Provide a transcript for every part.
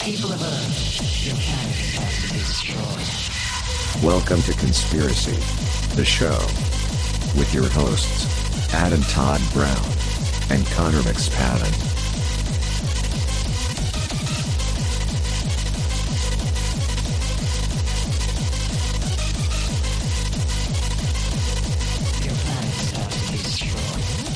People of Earth, your planet has to be destroyed. Welcome to Conspiracy, the show. With your hosts, Adam Todd Brown and Connor McSpadden. Your planet has to be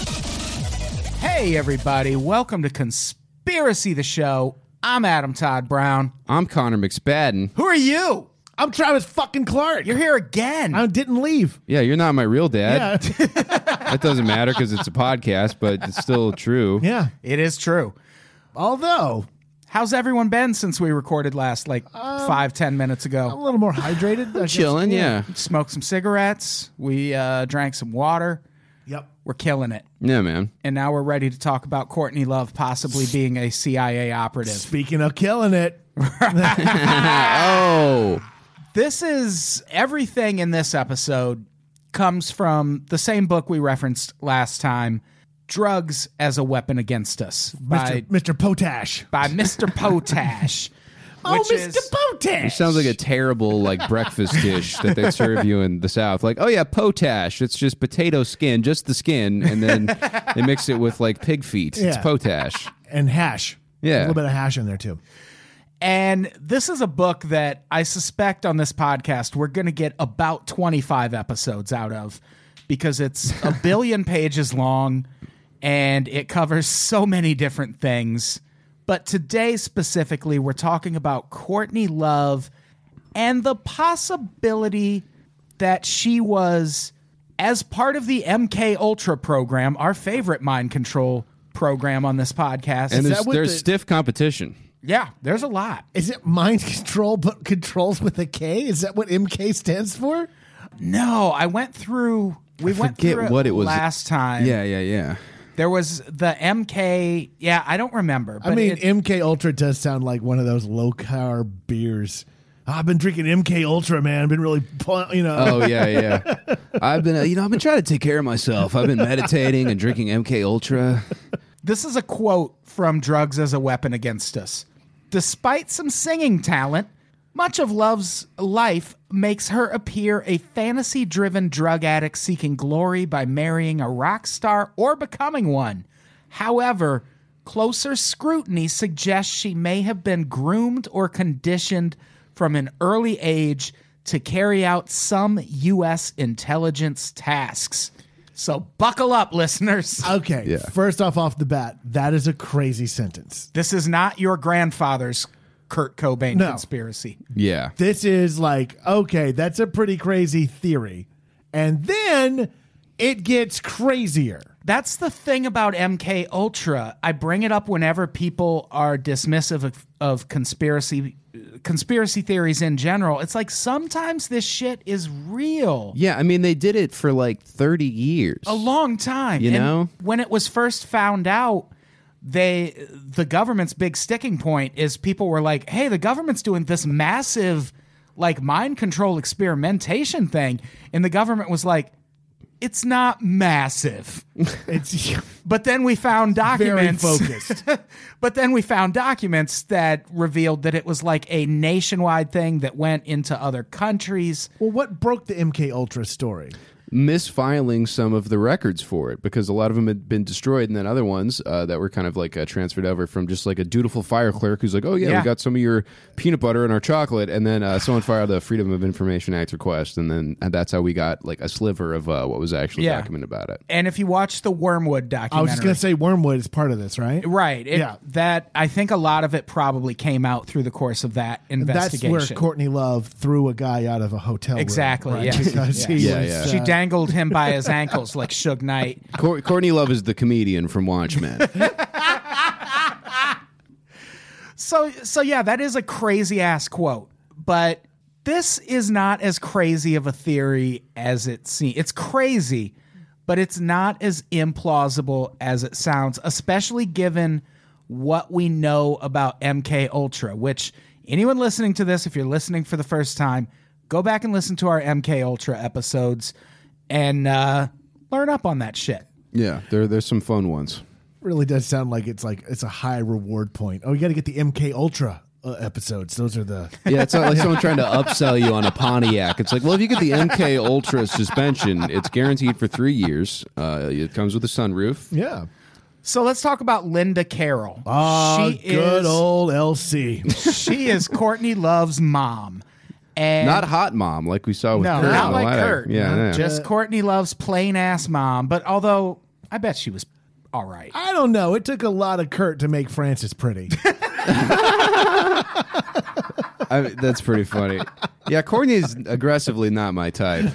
destroyed. Hey, everybody, welcome to Conspiracy the Show. I'm Adam Todd Brown. I'm Connor McSpadden. Who are you? I'm Travis fucking Clark. You're here again. I didn't leave. Yeah, you're not my real dad. that doesn't matter because it's a podcast, but it's still true. Yeah. it is true. Although How's everyone been since we recorded last, like Um, five, ten minutes I'm a ago? little more hydrated. I'm Chilling, yeah. Smoked some cigarettes. We uh, drank some water. Yep. We're killing it. Yeah, man. And now we're ready to talk about Courtney Love possibly being a CIA operative. Speaking of killing it, Oh, This is everything in this episode comes from the same book we referenced last time, Drugs as a Weapon Against Us by Mr. Mr. Potash. by Mr. Potash. Oh, which Mr. is- Potash. sounds like a terrible like breakfast dish that they serve you in the South. Like, oh yeah, potash. It's just potato skin, just the skin, and then they mix it with like pig feet. It's Yeah. potash. and hash. Yeah. a little bit of hash in there too. and this is a book that I suspect on this podcast we're going to get about 25 episodes out of because it's a billion pages long and it covers so many different things. But today specifically, we're talking about Courtney Love and the possibility that she was as part of the MK Ultra program, our favorite mind control program on this podcast. And that there's what there's the- stiff competition. yeah, there's a lot. Is it mind control, but controls with a K? Is that what MK stands for? No, I went through. We went forget through what it was- last time. Yeah, yeah, yeah. there was the MK. Yeah, I don't remember. But I mean, it- MK Ultra does sound like one of those low carb beers. "Ah, I've been drinking MK Ultra, man. I've been really, pu- you know. Oh yeah, yeah. I've been, uh, you know, I've been trying to take care of myself. I've been meditating and drinking MK Ultra. this is a quote from "Drugs as a Weapon Against Us." Despite some singing talent, much of Love's life makes her appear a fantasy-driven drug addict seeking glory by marrying a rock star or becoming one. However, closer scrutiny suggests she may have been groomed or conditioned from an early age to carry out some U.S. intelligence tasks. So buckle up, listeners. Okay. First off, off the bat, that is a crazy sentence. This is not your grandfather's Kurt Cobain No. conspiracy. Yeah. this is like okay that's a pretty crazy theory and then it gets crazier That's the thing about MK Ultra. I bring it up whenever people are dismissive of, of conspiracy conspiracy theories in general. It's like sometimes this shit is real. Yeah, I mean they did it for like 30 years. A long time. You And know? when it was first found out, they the government's big sticking point is people were like, "Hey, the government's doing this massive like mind control experimentation thing." And the government was like, "It's not massive." it's But then we found very documents. focused but then we found documents that revealed that it was like a nationwide thing that went into other countries. well what broke the mk ultra story Misfiling some of the records for it because a lot of them had been destroyed, and then other ones uh, that were kind of like uh, transferred over from just like a dutiful fire clerk who's like, "Oh yeah, Yeah. we got some of your peanut butter and our chocolate," and then uh, someone filed a Freedom of Information Act request, and then that's how we got like a sliver of uh, what was actually Yeah. documented about it. And if you watch the Wormwood documentary, i was just going to say wormwood is part of this right Right. It- Yeah. That I think a lot of it probably came out through the course of that that's investigation. where courtney love threw a guy out of a hotel room, Exactly, right? yeah. because he Yeah, was, yeah. uh, she dangled him by his ankles like Suge Knight. Cour- Courtney Love is the comedian from Watchmen. So so yeah, that is a crazy ass quote. But this is not as crazy of a theory as it seems. It's crazy, but it's not as implausible as it sounds, especially given what we know about MK Ultra, which anyone listening to this, if you're listening for the first time, go back and listen to our MK Ultra episodes and uh, learn up on that shit. yeah, there there's some fun ones. really does sound like it's like it's a high reward point oh you got to get the mk ultra uh, episodes. Those are the Yeah, it's not like someone trying to upsell you on a Pontiac. It's like, well, if you get the MK Ultra suspension, it's guaranteed for three years. Uh, it comes with a sunroof. yeah. So let's talk about Linda Carroll. Oh, she good is old LC. she is Courtney Love's mom. And Not hot mom like we saw with no, Kurt not on the like ladder. Kurt. Yeah, yeah. Just Courtney Love's plain ass mom. But although I bet she was all right. I don't know. It took a lot of Kurt to make Francis pretty. I mean, that's pretty funny. Yeah, Courtney's aggressively not my type.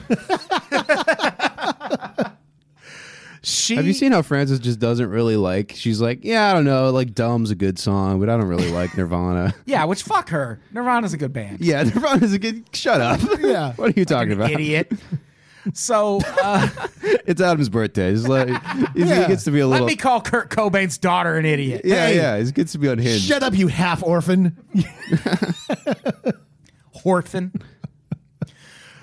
She Have you seen how Frances just doesn't really like? She's like, yeah, I don't know. Like, Dumb's a good song, but I don't really like Nirvana. Yeah, which fuck her. Nirvana's a good band. yeah, Nirvana's a good. Shut up. Yeah. what are you talking about? Idiot. So uh, It's Adam's birthday. It's like, he's- He gets to be a let little. me call Kurt Cobain's daughter an idiot. yeah, Hey. yeah. He gets to be unhinged. Shut up, you half orphan. Horthen.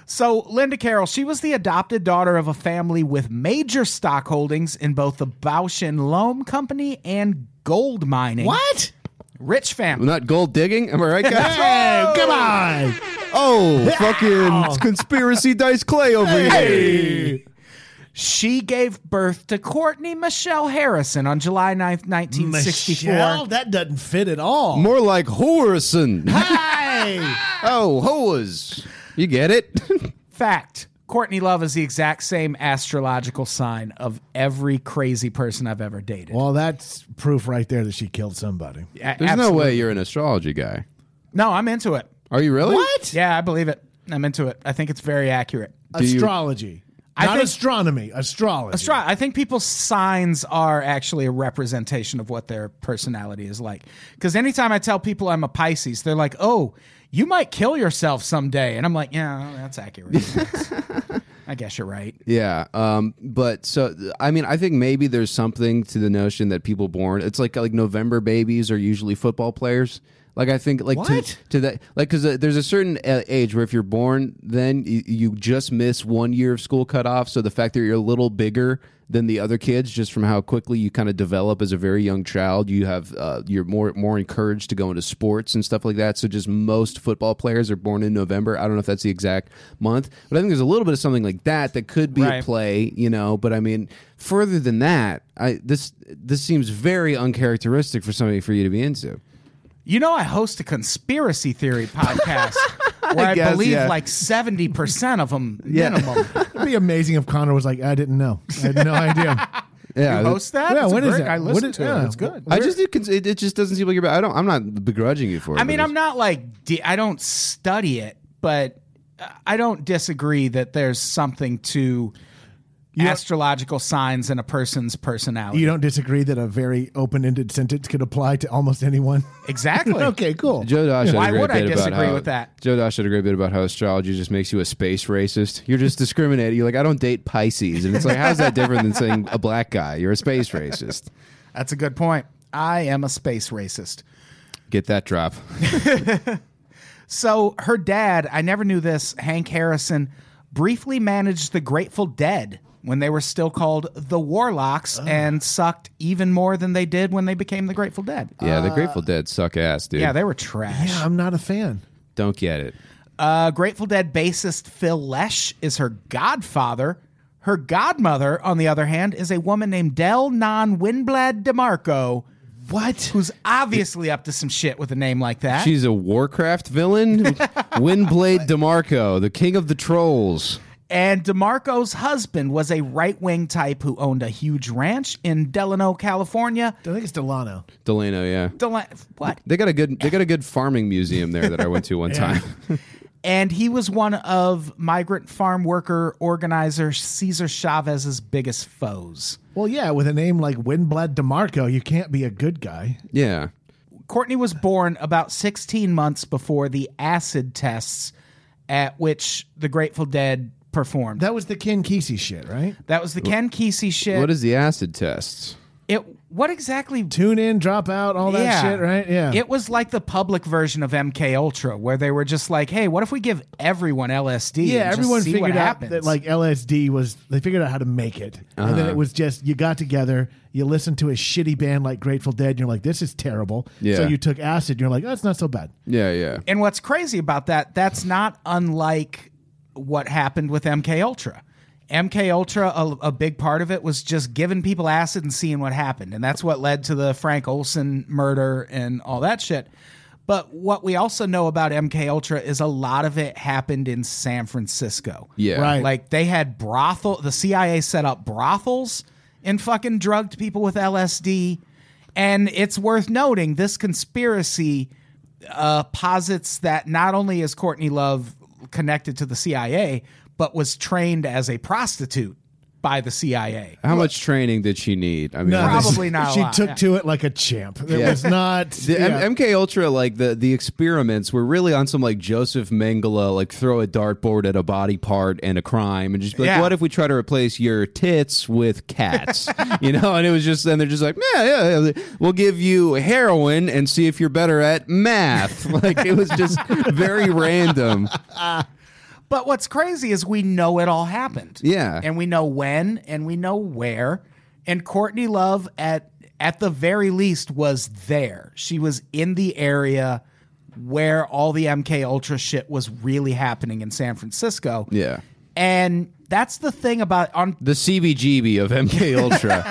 So, Linda Carroll, she was the adopted daughter of a family with major stock holdings in both the Bausch and Loam Company and gold mining. What? Rich family. Not gold digging? Am I right, guys? Hey, come on. oh, fucking conspiracy dice clay over here. She gave birth to Courtney Michelle Harrison on July 9th, 1964. Michelle, that doesn't fit at all. More like Horison. hey. oh, Hoas. You get it? Fact Courtney Love is the exact same astrological sign of every crazy person I've ever dated. Well, that's proof right there that she killed somebody. A- There's absolute- no way you're an astrology guy. No, I'm into it. Are you really? What? Yeah, I believe it. I'm into it. I think it's very accurate. you- astrology. I Not think- astronomy, astrology. That's right. I think people's signs are actually a representation of what their personality is like. Because anytime I tell people I'm a Pisces, they're like, "Oh, you might kill yourself someday," and I'm like, "Yeah, that's accurate. I guess you're right." Yeah. Um, but so I mean, I think maybe there's something to the notion that people born it's like like November babies are usually football players. Like I think like to, What? to that like because uh, there's a certain uh, age where if you're born then you, you just miss one year of school cutoff. So the fact that you're a little bigger than the other kids just from how quickly you kind of develop as a very young child, you have uh, you're more more encouraged to go into sports and stuff like that. So just most football players are born in November. I don't know if that's the exact month, but I think there's a little bit of something like that that could be a Right. play play, you know. But I mean, further than that, I this this seems very uncharacteristic for somebody for you to be into. You know, I host a conspiracy theory podcast where I, guess, believe yeah. like seventy percent of them minimum. It'd be amazing if Connor was like, I didn't know. I had no idea. Yeah, You host that? yeah, It's a what is great- that? I What listen is- to yeah. it. It's good. I just it, it it just doesn't seem like you're. I don't. I'm not begrudging you for it. I mean, I'm not like di- I don't study it, but I don't disagree that there's something to astrological signs and a person's personality. You don't disagree that a very open ended sentence could apply to almost anyone? exactly. okay, cool. Joe Dash. Had Why a great would I bit about disagree how- with that? Joe Dash had a great bit about how astrology just makes you a space racist. You're just discriminating. You're like, I don't date Pisces, and it's like, how's that different than saying a black guy? You're a space racist. That's a good point. I am a space racist. Get that drop. So her dad, I never knew this, Hank Harrison, briefly managed the Grateful Dead when they were still called the Warlocks Ah. and sucked even more than they did when they became the Grateful Dead. Yeah, the Grateful Dead suck ass, dude. Uh, Yeah, they were trash. Yeah, I'm not a fan. don't get it. Uh, Grateful Dead bassist Phil Lesh is her godfather. Her godmother, on the other hand, is a woman named Del Non Winblad DeMarco, What? who's obviously up to some shit with a name like that. She's a Warcraft villain. Windblade DeMarco, the king of the trolls. and DeMarco's husband was a right wing type who owned a huge ranch in Delano, California. I think it's Delano. Delano, yeah. Del- what? They got a good they got a good farming museum there that I went to one time. And he was one of migrant farm worker organizer Cesar Chavez's biggest foes. Well, yeah, with a name like Winblad DeMarco, you can't be a good guy. yeah. Courtney was born about 16 months before the acid tests at which the Grateful Dead performed. That, That was the Ken Kesey shit, right? was the Ken Kesey shit. What is the acid test? it what exactly Tune in, drop out, all that shit, right? Yeah. It was like the public version of MK Ultra where they were just like, "Hey, what if we give everyone LSD?" yeah, and just everyone see figured what out happens? Uh-huh. that like LSD was they figured out how to make it. And then it was just you got together, you listened to a shitty band like Grateful Dead, and you're like, this is terrible. So Yeah. you took acid, and you're like, that's not so bad. Yeah, yeah. And what's crazy about that, that's not unlike what happened with MK Ultra. MK Ultra, a, a big part of it was just giving people acid and seeing what happened. And that's what led to the Frank Olson murder and all that shit. But what we also know about MK Ultra is a lot of it happened in San Francisco. Yeah. Right. Like they had brothel the CIA set up brothels and fucking drugged people with LSD. And it's worth noting this conspiracy uh, posits that not only is Courtney Love connected to the CIA, but was trained as a prostitute by the CIA. How much training did she need? I mean, this- Probably not a She lot, took yeah. to it like a champ. It Yeah. was not. The yeah. M- MK Ultra, like the the experiments were really on some like Joseph Mengele, like throw a dartboard at a body part and a crime, and just be like, Yeah. what if we try to replace your tits with cats? you know, and it was just, and they're just like, yeah, yeah, yeah, we'll give you heroin and see if you're better at math. like it was just very random. But what's crazy is we know it all happened. Yeah. And we know when and we know where. And Courtney Love at at the very least was there. She was in the area where all the MK Ultra shit was really happening in San Francisco. Yeah. And that's the thing about on The CBGB of MK Ultra.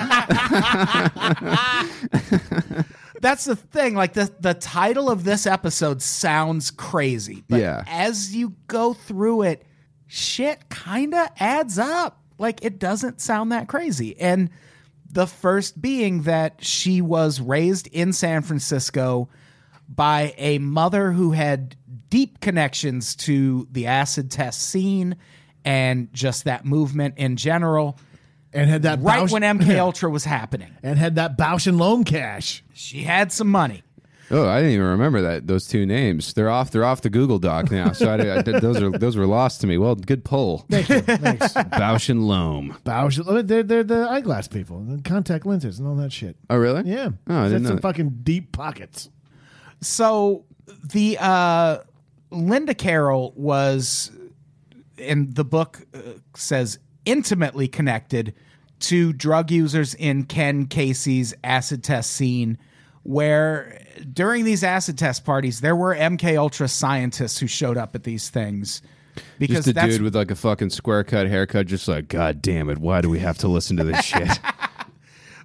that's the thing. Like the the title of this episode sounds crazy, but Yeah. as you go through it, shit kind of adds up. Like it doesn't sound that crazy. And the first being that she was raised in San Francisco by a mother who had deep connections to the acid test scene and just that movement in general. and had that Right Bausch- when MK Ultra was happening, and had that Bausch and Loam cash. she had some money. oh, I didn't even remember that those two names. They're off. They're off the Google Doc now. So I, I, those are those were lost to me. Well, good pull. Thank you. Thanks. Bausch and Loam. Bausch. They're they're the eyeglass people, and contact lenses, and all that shit. Oh, really? Yeah. Oh, I That's didn't know. some that. fucking deep pockets. so the uh, Linda Carroll was, and the book uh, says intimately connected to drug users in Ken Casey's acid test scene, where during these acid test parties there were MK Ultra scientists who showed up at these things because Just a that's dude with like a fucking square cut haircut, just like, God damn it, why do we have to listen to this shit?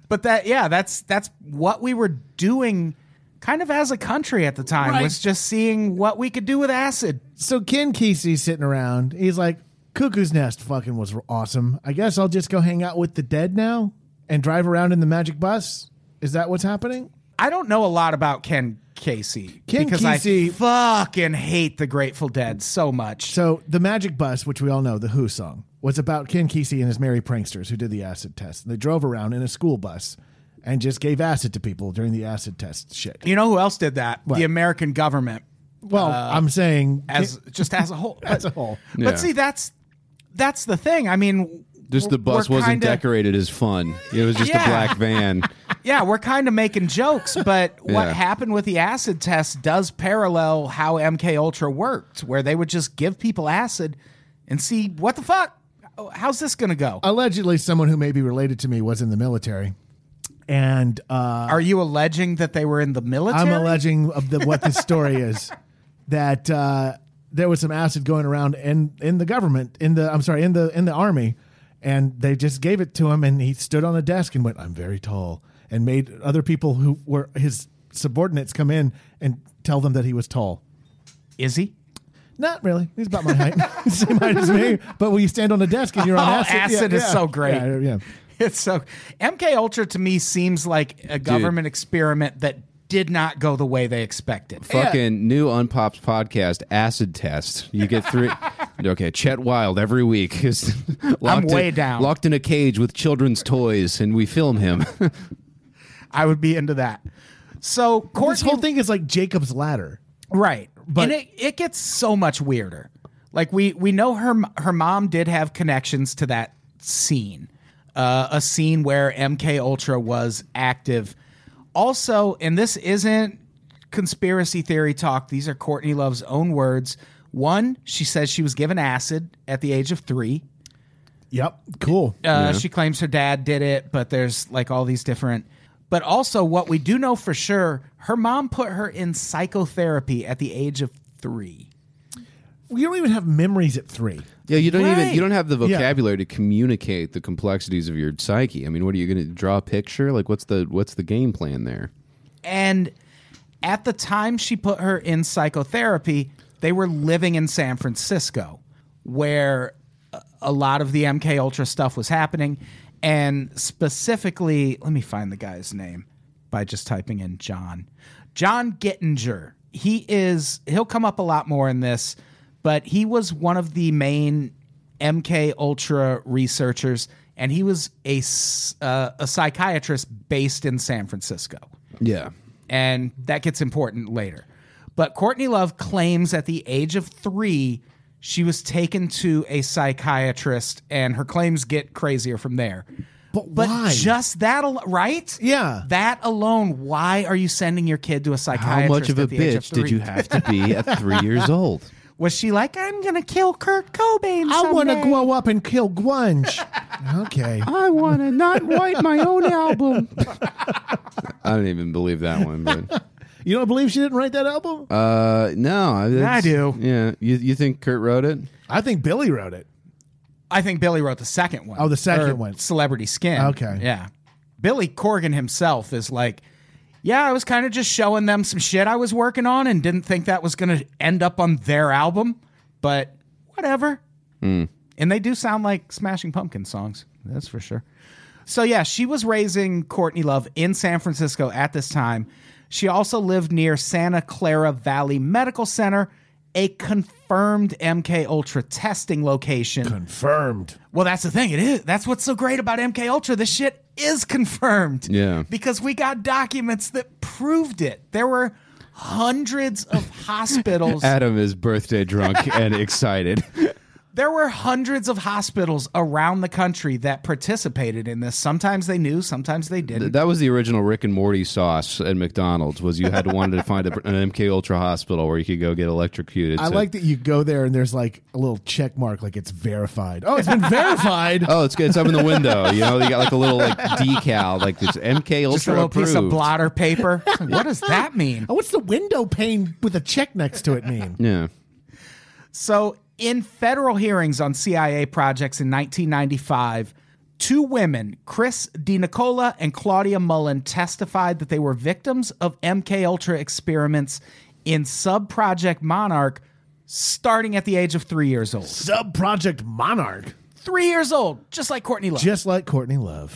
but that yeah that's that's what we were doing kind of as a country at the time Right. was just seeing what we could do with acid So Ken Kesey's sitting around. He's like, Cuckoo's Nest fucking was awesome. I guess I'll just go hang out with the dead now and drive around in the magic bus. Is that what's happening? I don't know a lot about Ken Casey Ken because Casey- I fucking hate the Grateful Dead so much. So the magic bus, which we all know, the Who song, was about Ken Kesey and his merry pranksters who did the acid test. And they drove around in a school bus and just gave acid to people during the acid test shit. you know who else did that? What? The American government Well, I'm saying as just as a whole. as a whole. Yeah. But see, that's that's the thing. I mean, Just the we're bus wasn't kinda- decorated as fun. It was just Yeah. a black van. Yeah, we're kind of making jokes, but what Yeah. happened with the acid test does parallel how MK Ultra worked, where they would just give people acid and see what the fuck. Oh, How's this gonna go? Allegedly, someone who may be related to me was in the military. And uh, Are you alleging that they were in the military? I'm alleging of the, what this story is that uh, there was some acid going around in in the government in the I'm sorry in the in the army, and they just gave it to him, and he stood on a desk and went, "I'm very tall," and made other people who were his subordinates come in and tell them that he was tall. Is he? Not really. He's about my height, same height as me. But when you stand on a desk and you're on Oh, acid, yeah, acid is yeah. so great. Yeah, yeah. It's so MK Ultra to me seems like a government experiment that did not go the way they expected. Fucking new Unpops podcast, Acid Test. You get three. okay, Chet Wild every week is locked in- way down. Locked in a cage with children's toys, and we film him. I would be into that. So Courtney, This whole thing is like Jacob's ladder. right? but- and it, it gets so much weirder. Like we we know her her mom did have connections to that scene. uh, a scene where MK Ultra was active. Also, and this isn't conspiracy theory talk. These are Courtney Love's own words. One, she says she was given acid at the age of three. Yep. Cool. Uh, She claims her dad did it, but there's like all these different. But also, what we do know for sure, her mom put her in psychotherapy at the age of three. We don't even have memories at three. Yeah, you don't even Right. you don't have the vocabulary to communicate the complexities of your psyche. I mean, what are you going to draw a picture? Like, what's the what's the game plan there? And at the time she put her in psychotherapy, they were living in San Francisco, where a- a lot of the MK Ultra stuff was happening. And specifically, let me find the guy's name by just typing in John. John Gettinger. He is he'll come up a lot more in this, but he was one of the main MK Ultra researchers, and he was a s- uh, a psychiatrist based in San Francisco Yeah, and that gets important later. But Courtney Love claims at the age of three, she was taken to a psychiatrist, and her claims get crazier from there. But why? just that, al- right? Yeah. that alone. Why are you sending your kid to a psychiatrist? how much of a at the age bitch did three? you have to be at three years old? Was she like, "I'm gonna kill Kurt Cobain"? I want to someday?" grow up and kill Grunge. okay. I want to not write my own album. I don't even believe that one, but You don't believe she didn't write that album? uh, no, I, that's- do. Yeah, you you think Kurt wrote it? I think Billy wrote it. I think Billy wrote the second one. Oh, the second Or one. Celebrity Skin. Okay. Yeah. Billy Corgan himself is like, yeah, I was kind of just showing them some shit I was working on and didn't think that was going to end up on their album, but whatever. And they do sound like Smashing Pumpkin songs. That's for sure. So, yeah, she was raising Courtney Love in San Francisco at this time. She also lived near Santa Clara Valley Medical Center, a confirmed MK Ultra testing location. Confirmed. Well, that's the thing. It is. That's what's so great about MK Ultra. This shit is confirmed. Yeah. Because we got documents that proved it. There were hundreds of hospitals. Adam is birthday drunk and excited. there were hundreds of hospitals around the country that participated in this. Sometimes they knew, sometimes they didn't. That was the original Rick and Morty sauce at McDonald's. Was you had wanted to find a, an MK Ultra hospital where you could go get electrocuted. I So- like that you go there and there's like a little check mark, like it's verified. Oh, it's been verified. Oh, it's good. It's up in the window. You know, you got like a little like decal, like this MK Ultra Just a little approved. piece of blotter paper. what does that mean? Oh, what's the window pane with a check next to it mean? Yeah. So, in federal hearings on CIA projects in 1995, two women, Chris DiNicola and Claudia Mullen, testified that they were victims of MK Ultra experiments in Subproject Monarch starting at the age of 3 years old. Sub Project Monarch, 3 years old, just like Courtney Love. just like Courtney Love.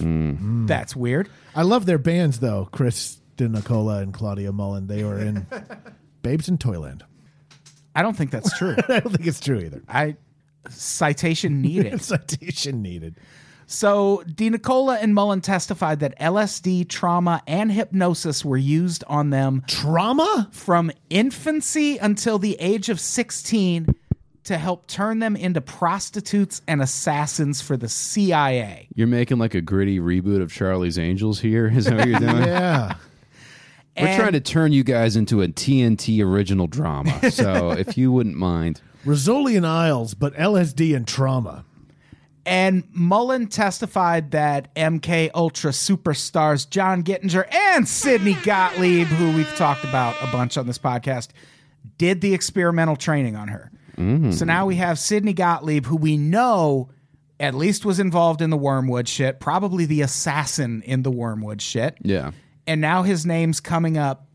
That's weird. I love their bands though. Chris DeNicola and Claudia Mullen. They were in Babes in Toyland. I don't think that's true. I don't think it's true either. I citation needed. Citation needed. So, DiNicola and Mullen testified that LSD, trauma, and hypnosis were used on them Trauma? from infancy until the age of 16 to help turn them into prostitutes and assassins for the CIA. You're making like a gritty reboot of Charlie's Angels here. Is that what you're doing? Yeah. We're trying to turn you guys into a TNT original drama. So if you wouldn't mind. Rizzoli and Isles, but LSD and trauma. And Mullen testified that MK Ultra superstars John Gettinger and Sidney Gottlieb, who we've talked about a bunch on this podcast, did the experimental training on her. So now we have Sidney Gottlieb, who we know at least was involved in the Wormwood shit, probably the assassin in the Wormwood shit. Yeah. and now his name's coming up.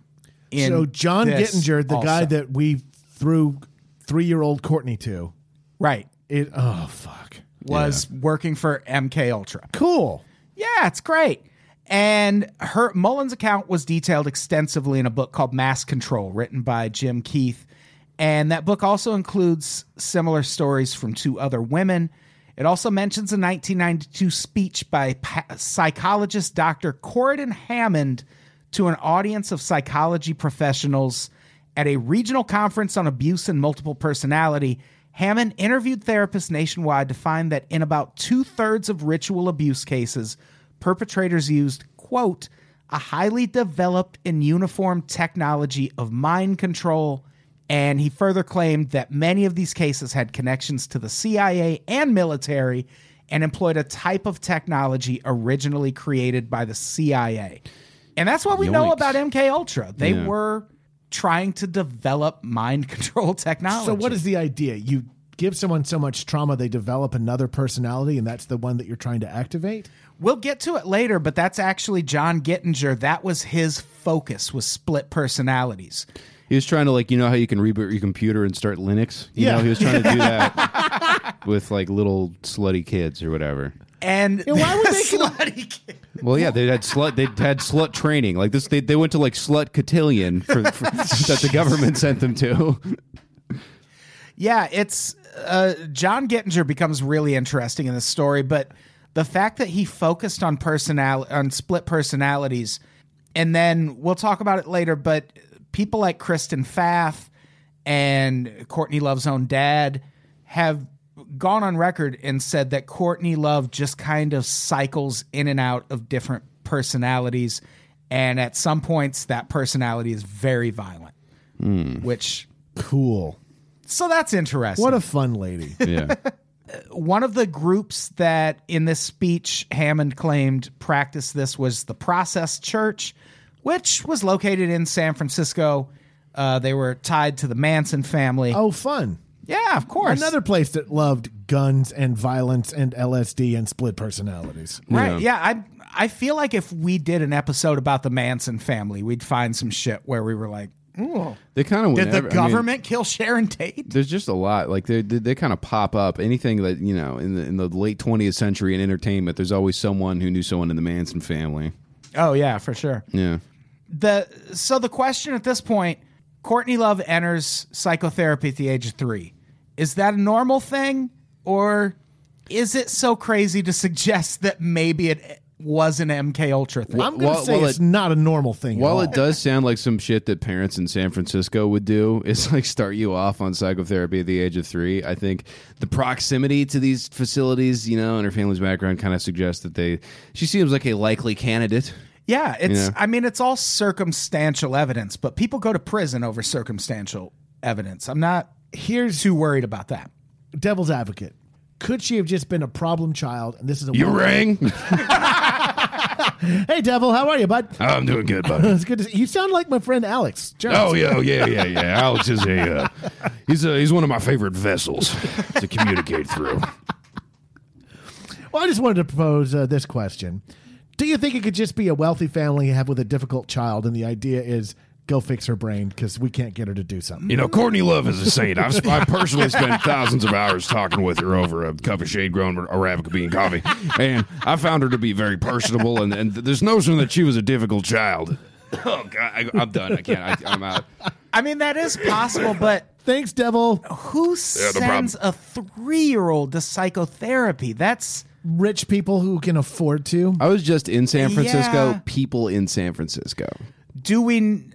In so John this Gettinger, the guy also. that we threw three year old Courtney to, right it oh fuck. was working for MK Ultra. Cool. Yeah, it's great. And her Mullen's account was detailed extensively in a book called Mass Control, written by Jim Keith. And that book also includes similar stories from two other women. It also mentions a 1992 speech by pa- psychologist Dr. Corridon Hammond to an audience of psychology professionals at a regional conference on abuse and multiple personality. Hammond interviewed therapists nationwide to find that in about two thirds of ritual abuse cases, perpetrators used, quote, a highly developed and uniform technology of mind control. And he further claimed that many of these cases had connections to the CIA and military and employed a type of technology originally created by the CIA. And that's what we know Yikes. about MK Ultra. They Yeah. were trying to develop mind control technology. So what is the idea? You give someone so much trauma they develop another personality, and that's the one that you're trying to activate. We'll get to it later, but that's actually John Gittinger. That was his focus was split personalities. He was trying to like you know how you can reboot your computer and start Linux. You Yeah. know, he was trying to do that with like little slutty kids or whatever. And why would they kid? Well, yeah, they had slut. They had slut training. Like this, they, they went to like slut cotillion for, for, that the government sent them to. Yeah, it's uh, John Gettinger becomes really interesting in this story, but the fact that he focused on personal on split personalities, and then we'll talk about it later. But people like Kristen Fath and Courtney Love's own dad have gone on record and said that Courtney Love just kind of cycles in and out of different personalities, and at some points that personality is very violent, which Cool. so that's interesting What a fun lady. Yeah, one of the groups that in this speech Hammond claimed practiced this was the Process Church, which was located in San Francisco. Uh, they were tied to the Manson family. oh, fun. yeah, of course. Another place that loved guns and violence and LSD and split personalities. right? Yeah. I I feel like if we did an episode about the Manson family, we'd find some shit where we were like, they kind of "Did the government kill Sharon Tate?" there's just a lot like they they, they kind of pop up anything that you know in the in the late 20th century in entertainment there's always someone who knew someone in the Manson family Oh yeah, for sure. yeah the so the question at this point courtney love enters psychotherapy at the age of three is that a normal thing or is it so crazy to suggest that maybe it was an mk ultra thing I'm going While- to say while it's it- not a normal thing. at while all. it does sound like some shit that parents in San Francisco would do is like start you off on psychotherapy at the age of 3 I think the proximity to these facilities you know and her family's background kind of suggests that they she seems like a likely candidate yeah it's Yeah. i mean it's all circumstantial evidence but people go to prison over circumstantial evidence i'm not here's too worried about that devil's advocate. Could she have just been a problem child? And this is a you rang Hey, devil, how are you, bud? I'm doing good buddy It's good to see you. Sound like my friend Alex. Jones. Oh yeah, yeah, yeah, yeah. Alex is a uh, he's a, he's one of my favorite vessels to communicate through. Well, I just wanted to propose uh, this question. Do you think it could just be a wealthy family you have with a difficult child, and the idea is go fix her brain because we can't get her to do something? You know, Courtney Love is a saint. I've I personally spent thousands of hours talking with her over a cup of shade grown Arabica bean coffee, and I found her to be very personable. And, and this notion that she was a difficult child. Oh God, I, I'm done. I can't. I, I'm out. i mean that is possible but Thanks, devil. who no problem. sends a three-year-old to psychotherapy that's Rich people who can afford to. I was just in San Francisco Yeah. people in San Francisco do we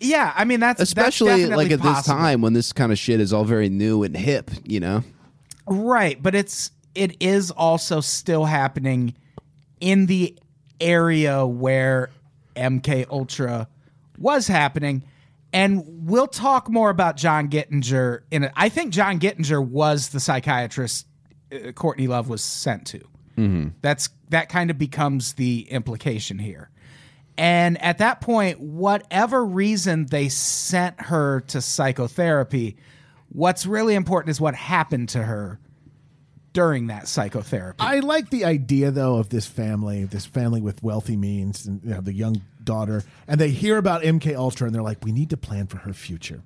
yeah i mean that's that's especially definitely like at this possible. time when this kind of shit is all very new and hip you know right but it's it is also still happening in the area where mk ultra was happening and we'll talk more about john gittinger in it i think john gittinger was the psychiatrist uh, courtney love was sent to that's that kind of becomes the implication here and at that point whatever reason they sent her to psychotherapy what's really important is what happened to her during that psychotherapy I like the idea though of this family, this family with wealthy means, and you know, the young daughter, and they hear about MK Ultra, and they're like, "We need to plan for her future.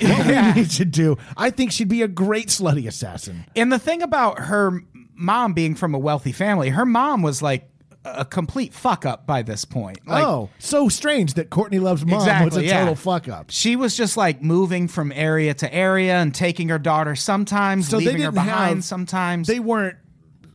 What we need to do? I think she'd be a great slutty assassin. and the thing about her mom being from a wealthy family her mom was like a complete fuck up by this point like oh, so strange that Courtney Love's mom was a Exactly, yeah. total fuck up. she was just like moving from area to area and taking her daughter sometimes So they leaving her didn't behind have- sometimes They weren't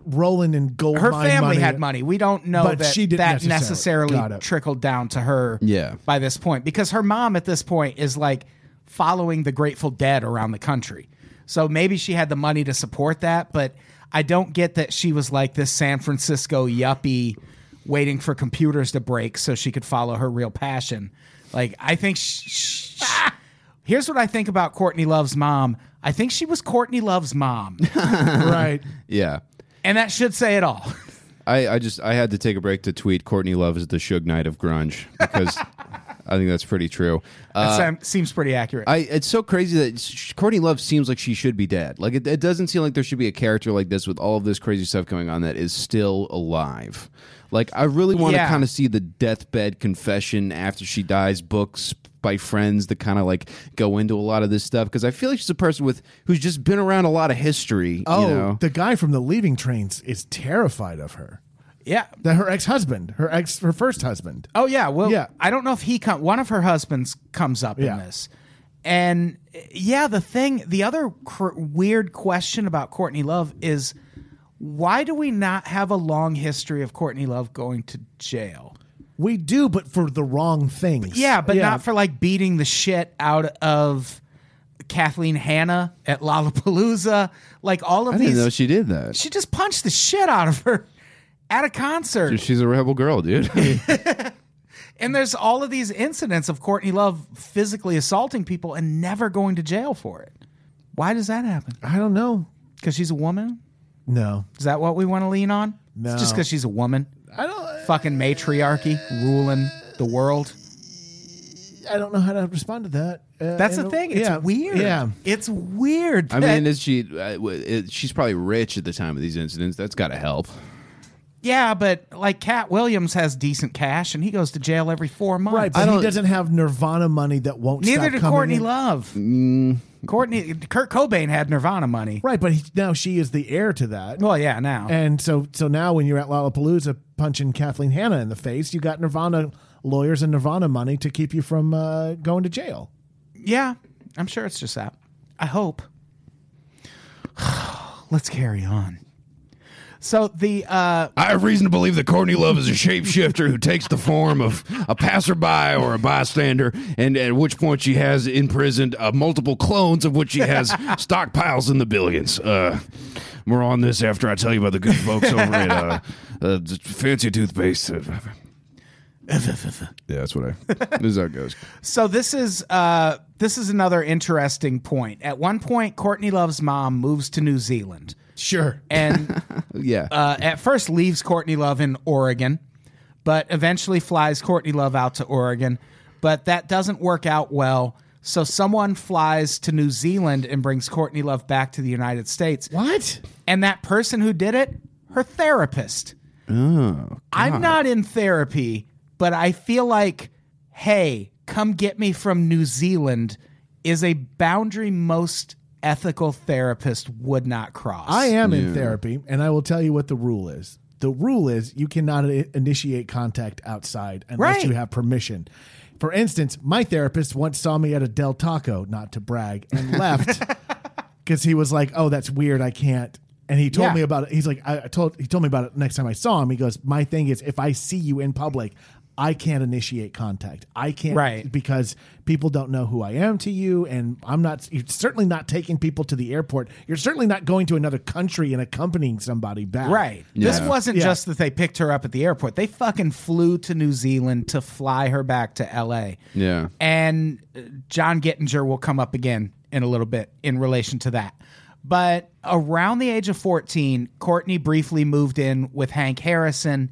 rolling in gold. her mine family money. had money. We don't know But that she didn't that necessarily. necessarily, Got it. trickled down to her Yeah. by this point because her mom at this point is like following the Grateful Dead around the country. So maybe she had the money to support that, but I don't get that she was like this San Francisco yuppie waiting for computers to break so she could follow her real passion. Like, I think sh sh- Ah! here's what I think about Courtney Love's mom. I think she was Courtney Love's mom, right. Yeah. and that should say it all. I, I just I had to take a break to tweet Courtney Love is the Suge Knight of grunge because I think that's pretty true. Uh, That sem- seems pretty accurate. I it's so crazy that sh- Courtney Love seems like she should be dead. Like it, it doesn't seem like there should be a character like this with all of this crazy stuff going on that is still alive. Like I really want to Yeah. kind of see the deathbed confession after she dies books by friends that kind of like go into a lot of this stuff because I feel like she's a person with who's just been around a lot of history. Oh, you know? the guy from the leaving trains is terrified of her. yeah. That her ex husband, her ex, her first husband. Oh yeah, well, Yeah. I don't know if he come. One of her husbands comes up Yeah. in this, and uh, yeah, the thing, the other cr- weird question about Courtney Love is why do we not have a long history of Courtney Love going to jail? We do, but for the wrong things. Yeah, but not for like beating the shit out of Kathleen Hanna at Lollapalooza. Like all of I these, didn't know she did that. she just punched the shit out of her at a concert. She's a rebel girl, dude. And there's all of these incidents of Courtney Love physically assaulting people and never going to jail for it. Why does that happen? I don't know. Because she's a woman? No, Is that what we want to lean on? No. It's just because she's a woman. I don't. Fucking matriarchy ruling the world. I don't know how to respond to that. Uh, That's in the a- thing. It's yeah, weird. Yeah, It's weird. I that- mean, is she? Uh, w- it, she's probably rich at the time of these incidents. That's got to help. yeah, but like Cat Williams has decent cash and he goes to jail every four months. right. But don't- he doesn't have Nirvana money that won't. Neither stop did coming Courtney in. Love. Mm. Courtney Kurt Cobain had Nirvana money. Right, but he, now she is the heir to that. Well, yeah, now. And so, so now when you're at Lollapalooza punching Kathleen Hanna in the face, you got Nirvana lawyers and Nirvana money to keep you from uh, going to jail. Yeah, I'm sure it's just that. I hope. Let's carry on. So the uh I have reason to believe that Courtney Love is a shapeshifter who takes the form of a passerby or a bystander, and at which point she has imprisoned uh, multiple clones, of which she has stockpiles in the billions. Uh, more on this after I tell you about the good folks over at uh, uh, Fancy Toothpaste. yeah, that's what I. This is how it goes. so this is uh this is another interesting point. At one point Courtney Love's mom moves to New Zealand Sure. and Yeah, uh, at first leaves Courtney Love in Oregon, but eventually flies Courtney Love out to Oregon. But that doesn't work out well. So someone flies to New Zealand and brings Courtney Love back to the United States. What? And that person who did it, her therapist. Oh. I'm not in therapy, but I feel like, hey, come get me from New Zealand is a boundary most ethical therapist would not cross. I am in therapy, and I will tell you what the rule is. The rule is you cannot i- initiate contact outside unless Right. you have permission. For instance, my therapist once saw me at a Del Taco, not to brag, and left because he was like, "Oh, that's weird. I can't." And he told Yeah. me about it. He's like, I I told he told me about it next time I saw him. He goes, "My thing is, if I see you in public, I can't initiate contact. I can't Right. because people don't know who I am to you, and I'm not. You're certainly not taking people to the airport. You're certainly not going to another country and accompanying somebody back. Right. This Yeah. wasn't Yeah. just that they picked her up at the airport. They fucking flew to New Zealand to fly her back to LA. Yeah. And uh, John Gettinger will come up again in a little bit in relation to that. But around the age of 14, Courtney briefly moved in with Hank Harrison.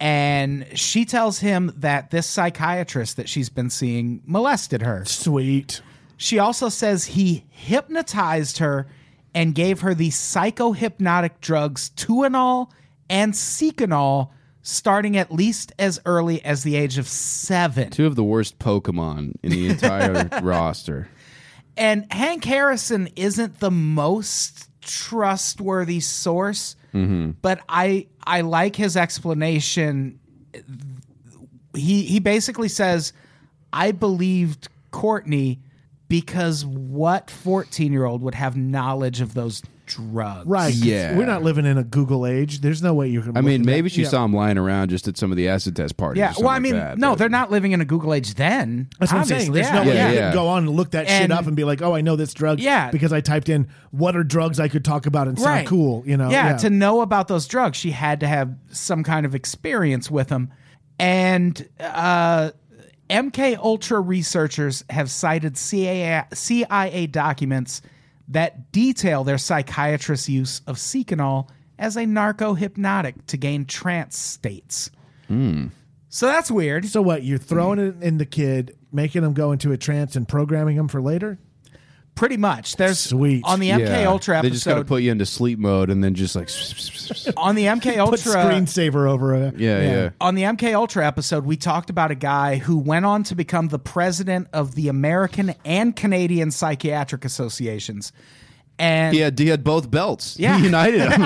And she tells him that this psychiatrist that she's been seeing molested her. Sweet. She also says he hypnotized her and gave her the psychohypnotic drugs Tuanol and Secanol starting at least as early as the age of seven. two of the worst Pokemon in the entire roster. And Hank Harrison isn't the most trustworthy source, Mm-hmm. but I I like his explanation. He he basically says, "I believed Courtney because what 14-year-old would have knowledge of those drugs. Right. 'cause Yeah. We're not living in a Google age. There's no way you can. I mean, maybe she she's saw him lying around just at some of the acid test parties. Yeah. or something Well, I like mean, that, no, but- they're not living in a Google age then. That's what I'm saying. Obviously, There's no way Yeah, you yeah. can go on and look that shit And- up and be like, oh, I know this drug. Yeah. Because I typed in what are drugs I could talk about and sound right. cool. You know. Yeah, To know about those drugs, she had to have some kind of experience with them, and uh, MK Ultra researchers have cited CIA, CIA documents that detail their psychiatrist's use of Secanol as a narco hypnotic to gain trance states. Hmm. So that's weird. so what? You're throwing it in the kid, making them go into a trance, and programming them for later. Pretty much, there's Sweet. on the MK Yeah. Ultra They just gotta episode. put you into sleep mode and then just like. on the MK Put Ultra screensaver over it. yeah, yeah. on the MK Ultra episode, we talked about a guy who went on to become the president of the American and Canadian Psychiatric Associations. And He had, he had both belts. Yeah. He united them.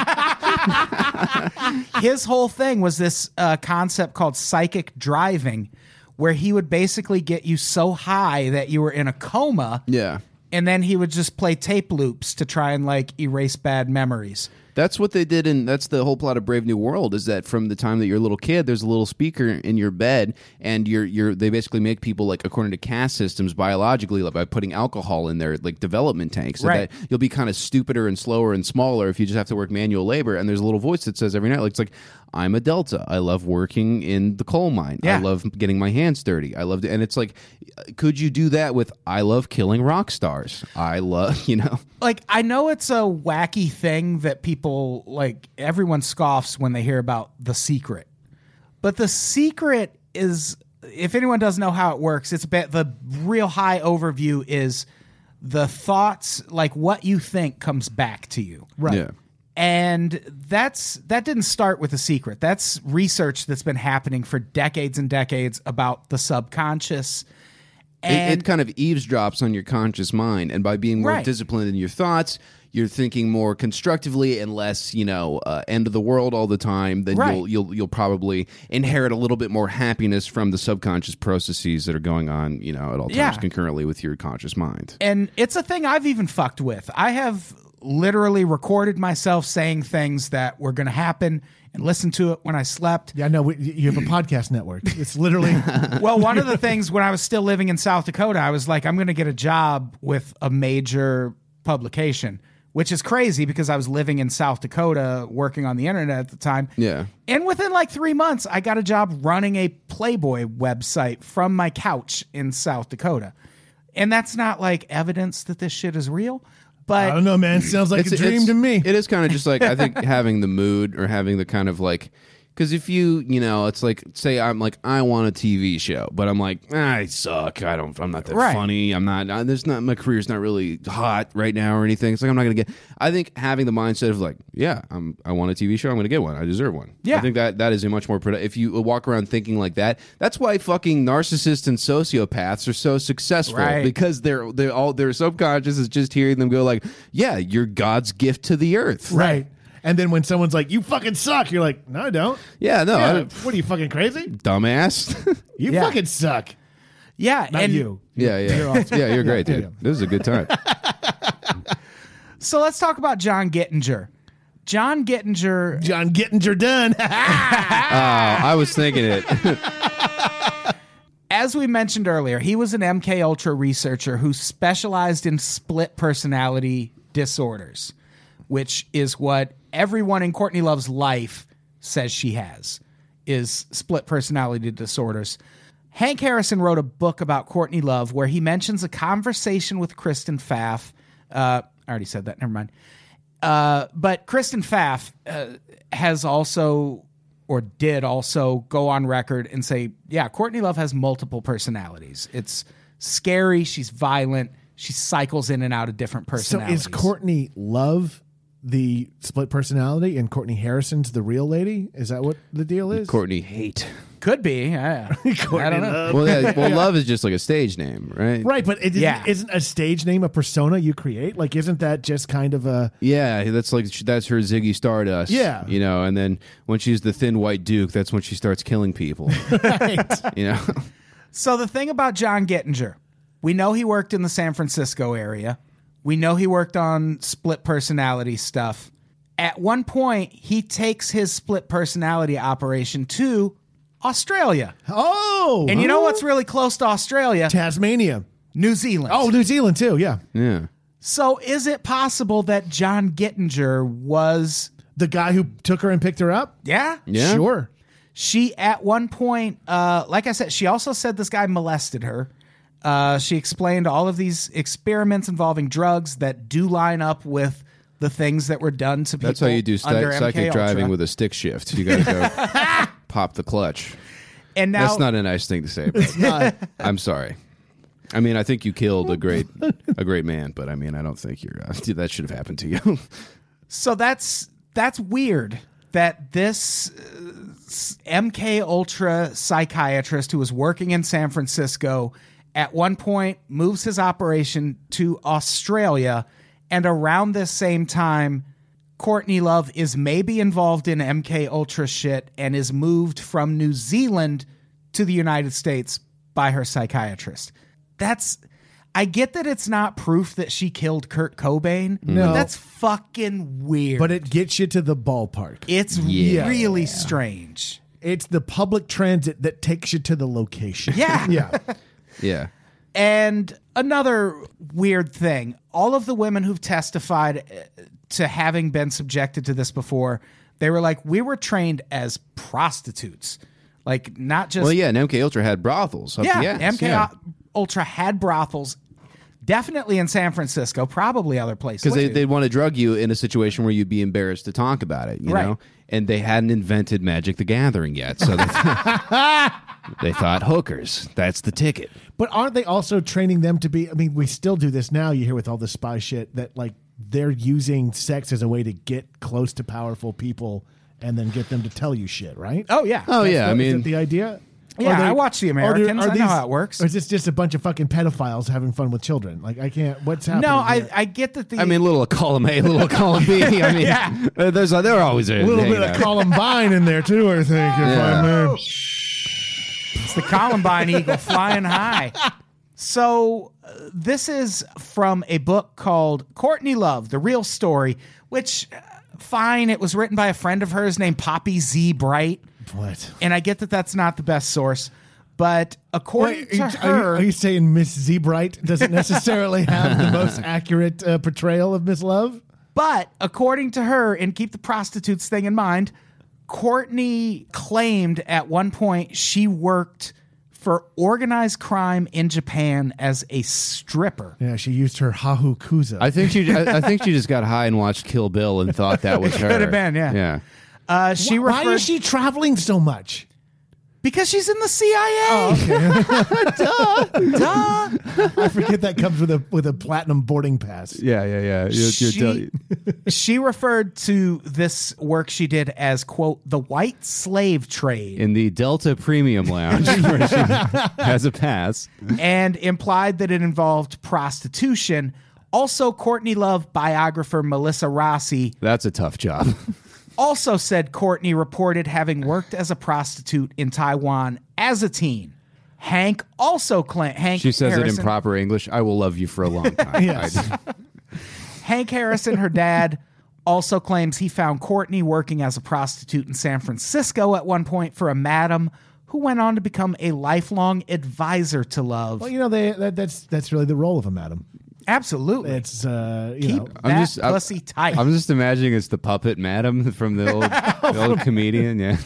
his whole thing was this uh, concept called psychic driving, where he would basically get you so high that you were in a coma. yeah. And then he would just play tape loops to try and like erase bad memories. That's what they did, and that's the whole plot of Brave New World. Is that from the time that you're a little kid, there's a little speaker in your bed, and you're you're they basically make people like according to caste systems biologically like by putting alcohol in their like development tank, so Right. that you'll be kind of stupider and slower and smaller if you just have to work manual labor. And there's a little voice that says every night, like it's like I'm a Delta. I love working in the coal mine. Yeah. I love getting my hands dirty. I love, and it's like, could you do that with I love killing rock stars? I love, you know. like I know it's a wacky thing that people like everyone scoffs when they hear about the secret. But the secret is if anyone doesn't know how it works, it's about the real high overview is the thoughts like what you think comes back to you. Right. Yeah. And that's that didn't start with a secret. That's research that's been happening for decades and decades about the subconscious. it, it kind of eavesdrops on your conscious mind and by being more Right. disciplined in your thoughts you're thinking more constructively and less you know uh, end of the world all the time then Right. you'll, you'll you'll probably inherit a little bit more happiness from the subconscious processes that are going on you know at all times Yeah. concurrently with your conscious mind and it's a thing I've even fucked with. I have literally recorded myself saying things that were going to happen and listened to it when I slept. Yeah, I know. we- You have a podcast network. It's literally Well, one of the things when I was still living in South Dakota, I was like, I'm going to get a job with a major publication, which is crazy because I was living in South Dakota working on the internet at the time. Yeah. And within like three months, I got a job running a Playboy website from my couch in South Dakota. And that's not like evidence that this shit is real, but I don't know, man. Sounds like a dream to me. It is kind of just like I think having the mood or having the kind of like because if you you know it's like say I'm like I want a TV show, but I'm like "Ah, I suck. I don't. I'm not that Right. funny. I'm not. I, there's not my career's not really hot right now or anything. It's like I'm not gonna get. I think having the mindset of like yeah, I'm I want a TV show. I'm gonna get one. I deserve one. Yeah. I think that that is a much more productive. If you walk around thinking like that, that's why fucking narcissists and sociopaths are so successful Right. because because they're they are all their subconscious is just hearing them go like, "Yeah, you're God's gift to the earth." right. And then when someone's like, "You fucking suck," you're like, "No, I don't." Yeah, no, I Yeah, don't- what are you fucking crazy? dumbass. You Yeah. fucking suck. yeah, Not and you. yeah, yeah, You're awesome. yeah. You're great, Yeah, dude. yeah. This is a good time. So let's talk about John Gettinger. John Gettinger, John Gettinger done. Uh, I was thinking it. as we mentioned earlier, he was an MK Ultra researcher who specialized in split personality disorders, which is what everyone in Courtney Love's life says she has is split personality disorders. Hank Harrison wrote a book about Courtney Love where he mentions a conversation with Kristen Pfaff. Uh, I already said that. Never mind. Uh, but Kristen Pfaff uh, has also, or did also, go on record and say, yeah, Courtney Love has multiple personalities. It's scary. She's violent. She cycles in and out of different so personalities. is Courtney Love the split personality and Courtney Harrison's the real lady? Is that what the deal is? Courtney hate. Could be. Yeah. I don't know. Well, yeah, well, love is just like a stage name, right? Right, but it Yeah. not isn't a stage name a persona you create? Like, isn't that just kind of a Yeah, that's like that's her Ziggy Stardust. Yeah. you know, and then when she's the thin white duke, that's when she starts killing people. You know, So the thing about John Gettinger, we know he worked in the San Francisco area. We know he worked on split personality stuff. At one point, he takes his split personality operation to Australia. Oh, And you know what's really close to Australia? Tasmania. New Zealand. Oh, New Zealand too. Yeah, Yeah. So is it possible that John Gittinger was the guy who took her and picked her up. Yeah? Yeah. Sure. She at one point, uh, like I said, she also said this guy molested her. Uh, she explained all of these experiments involving drugs that do line up with the things that were done to people. That's how you do sti- under psychic MK driving Ultra. with a stick shift. You gotta go pop the clutch. And now That's not a nice thing to say. But I'm sorry. I mean, I think you killed a great, a great man, but I mean, I don't think you're. Uh, that should have happened to you. So that's that's weird that this uh, s- MK Ultra psychiatrist who was working in San Francisco at one point moves his operation to Australia and around this same time Courtney Love is maybe involved in MK Ultra shit and is moved from New Zealand to the United States by her psychiatrist. That's I get that it's not proof that she killed Kurt Cobain. No. but that's fucking weird. But it gets you to the ballpark. it's really strange. It's the public transit that takes you to the location. Yeah. yeah. yeah. And another weird thing all of the women who've testified uh, to having been subjected to this before, they were like, we were trained as prostitutes. Like, not just. Well, yeah. And MK Ultra had brothels. up yeah, the ass, MK Ultra had brothels, definitely in San Francisco, probably other places. because they, too. they'd want to drug you in a situation where you'd be embarrassed to talk about it, you Right. know? And they hadn't invented Magic the Gathering yet. So they, they thought hookers, that's the ticket. But aren't they also training them to be? I mean, we still do this now. You hear with all the spy shit that like they're using sex as a way to get close to powerful people and then get them to tell you shit, right? Oh, yeah. Oh, yeah. That's I the- is mean, that the idea. Yeah, Are I watch The are there- Americans. are I know these- how it works. Or is this just a bunch of fucking pedophiles having fun with children? Like I can't. What's happening? No, I, here? I get that the. I mean, a little of column A, a little of column B. I mean, there's, they're always a little bit of Columbine in there too. I think. If I may. It's the Columbine Eagle flying high. So, uh, this is from a book called Courtney Love, The Real Story, which, uh, fine, it was written by a friend of hers named Poppy Z. Bright. What? And I get that that's not the best source, but according Wait, to are, you, are you- her. are you saying Miss Zebright doesn't necessarily have the most accurate uh, portrayal of Miss Love? But according to her, and keep the prostitutes thing in mind, Courtney claimed at one point she worked for organized crime in Japan as a stripper. Yeah, she used her hahu kuza. I think she, I, I think she just got high and watched Kill Bill and thought that was her. have been, yeah. yeah. Uh, she Why referred- is she traveling so much? because she's in the CIA. Oh, Duh. I forget that comes with a with a platinum boarding pass. Yeah, yeah, yeah. she, she referred to this work she did as quote the white slave trade in the Delta Premium Lounge, where she has a pass. and implied that it involved prostitution. Also, Courtney Love biographer Melissa Rossi That's a tough job. also said Courtney reported having worked as a prostitute in Taiwan as a teen. Hank also claimed Hank She says it Harrison, in proper English. I will love you for a long time. Yes. I- Hank Harrison, her dad, also claims he found Courtney working as a prostitute in San Francisco at one point for a madam who went on to become a lifelong advisor to Love. Well, you know they that, that's that's really the role of a madam. Absolutely. It's uh, you Keep know, that pussy tight. I'm just imagining it's the puppet madam from the old, the old comedian. Yeah.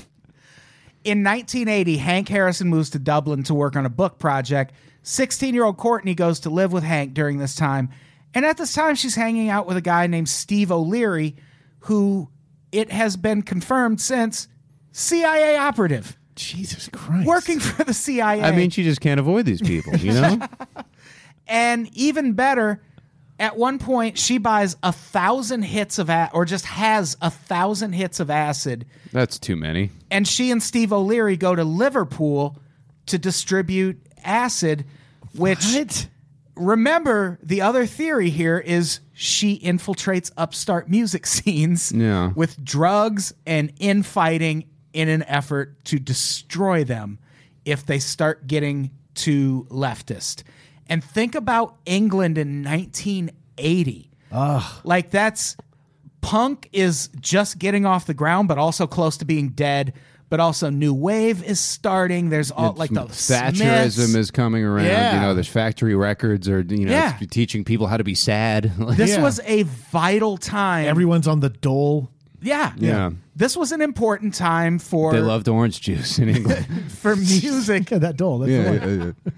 In 1980, Hank Harrison moves to Dublin to work on a book project. 16 year old Courtney goes to live with Hank during this time. And at this time, she's hanging out with a guy named Steve O'Leary, who it has been confirmed since CIA operative Jesus Christ, working for the CIA. I mean, she just can't avoid these people, you know? And even better, at one point she buys a thousand hits of a- or just has a thousand hits of acid, That's too many. and she and Steve O'Leary go to Liverpool to distribute acid, which What? remember the other theory here is she infiltrates upstart music scenes Yeah. with drugs and infighting in an effort to destroy them if they start getting too leftist. And think about England in 1980. 80. Like that's punk is just getting off the ground, but also close to being dead. But also new wave is starting. There's all like the Thatcherism Smiths. is coming around. You Yeah. know, there's factory records or you know Yeah. it's teaching people how to be sad. Like, This Yeah. was a vital time. Everyone's on the dole. yeah. Yeah. This was an important time for they loved orange juice in England. for music. Yeah, that dole. That's the yeah, one. yeah, yeah.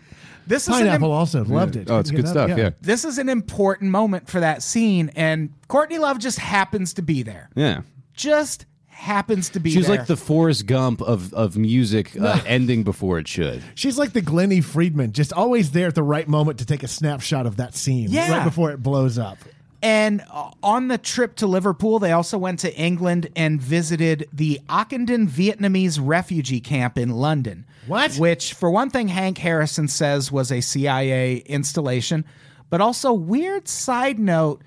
This is an im- Pineapple also loved it. Oh, it's Couldn't good get stuff. enough, yeah. this is an important moment for that scene, and Courtney Love just happens to be there. yeah. Just happens to be She's there. like the Forrest Gump of of music uh, ending before it should. She's like the Glennie Friedman, just always there at the right moment to take a snapshot of that scene Yeah. right before it blows up. And uh, on the trip to Liverpool, they also went to England and visited the Ockenden Vietnamese refugee camp in London. What? Which, for one thing, Hank Harrison says was a CIA installation. But also, weird side note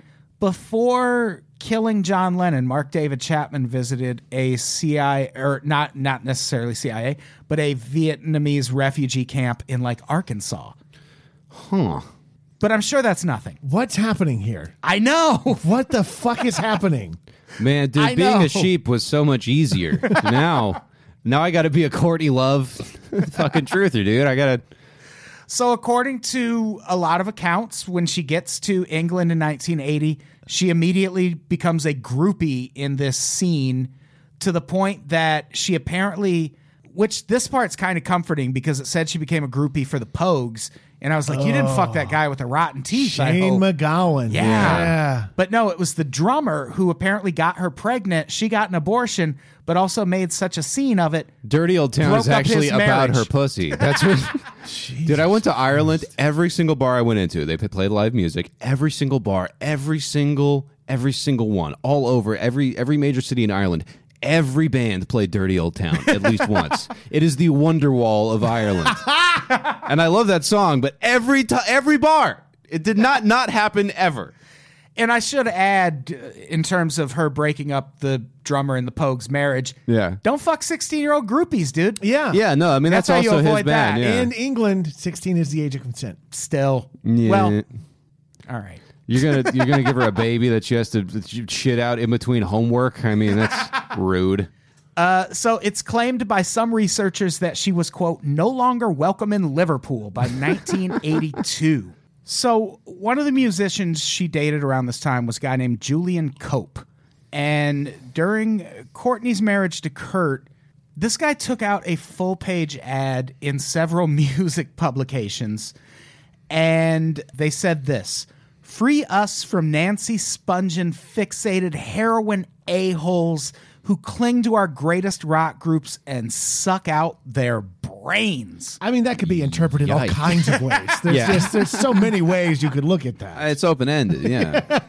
before killing John Lennon, Mark David Chapman visited a CIA, or not, not necessarily CIA, but a Vietnamese refugee camp in like Arkansas. Huh. But I'm sure that's nothing. What's happening here? I know. What the fuck is happening? Man, dude, I being know. a sheep was so much easier. now, now I got to be a Courtney Love fucking truther, dude. I got to. So, according to a lot of accounts, when she gets to England in 1980, she immediately becomes a groupie in this scene to the point that she apparently, which this part's kind of comforting because it said she became a groupie for the Pogues. And I was like, you didn't fuck that guy with the rotten teeth. I Shane hope." McGowan. Yeah. Yeah. But no, it was the drummer who apparently got her pregnant. She got an abortion, but also made such a scene of it. Dirty Old Town Broke is up actually his about marriage. her pussy. That's what. dude, I went to Ireland. Every single bar I went into, they p- played live music. Every single bar, every single, every single one, all over every every major city in Ireland. Every band played "Dirty Old Town" at least once. It is the Wonderwall of Ireland, and I love that song. But every ti every bar, it did not not happen ever. And I should add, uh, in terms of her breaking up the drummer and the Pogues' marriage, Yeah. don't fuck sixteen-year-old groupies, dude. Yeah. Yeah, no, I mean that's, That's how you also his avoid that. band. Yeah. In England, 16 is the age of consent. Still, Yeah. well, all right. You're gonna you're gonna give her a baby that she has to shit out in between homework. I mean, that's rude. So it's claimed by some researchers that she was quote no longer welcome in Liverpool by 1982. So one of the musicians she dated around this time was a guy named Julian Cope, and during Courtney's marriage to Kurt, this guy took out a full page ad in several music publications and they said this Free us from Nancy Spungen fixated heroin a-holes who cling to our greatest rock groups and suck out their brains. I mean, that could be interpreted all Yikes. kinds of ways. There's, Yeah. just, there's so many ways you could look at that. It's open ended. Yeah,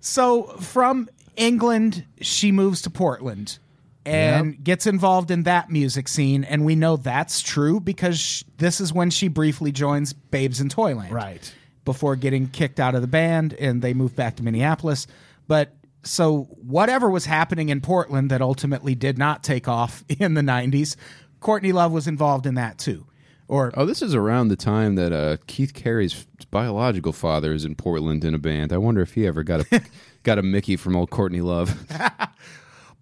So from England, she moves to Portland and gets involved in that music scene. And we know that's true because sh- this is when she briefly joins Babes in Toyland. Right. Before getting kicked out of the band and they move back to Minneapolis. But so whatever was happening in Portland that ultimately did not take off in the 90s, Courtney Love was involved in that too. Or Oh, this is around the time that uh, Keith Carey's biological father is in Portland in a band. I wonder if he ever got a got a Mickey from old Courtney Love.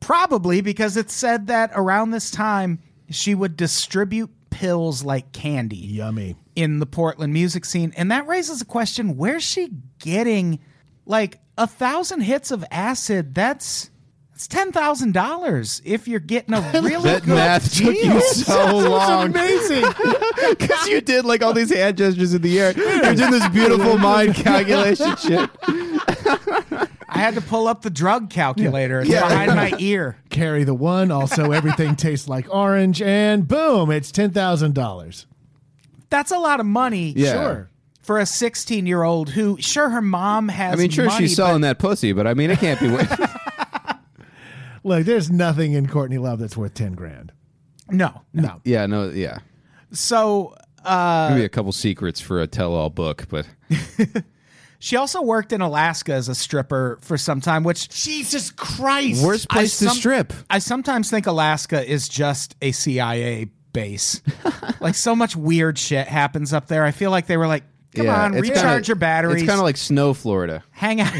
Probably because it said that around this time she would distribute pills like candy Yummy. in the Portland music scene. And that raises a question where's she getting like a thousand hits of acid? That's. It's ten thousand dollars if you're getting a really That good math deal. took you so long Amazing. because you did like all these hand gestures in the air. You're doing this beautiful mind calculation shit. I had to pull up the drug calculator. It's Yeah. behind my ear. Carry the one. Also, everything tastes like orange. And boom, it's $10,000. That's a lot of money. Yeah. Sure. For a sixteen-year-old who, sure, her mom has. I mean, sure, money, she's but- selling that pussy, but I mean, it can't be. Look, there's nothing in Courtney Love that's worth 10 grand. No, no. No. yeah, no, yeah. So uh, Maybe a couple secrets for a tell-all book, but She also worked in Alaska as a stripper for some time, which Jesus Christ. worst I place to some- strip. I sometimes think Alaska is just a CIA base. like so much weird shit happens up there. I feel like they were like, Come on, it's recharge kinda- your batteries. It's kind of like snow, Florida. hang out,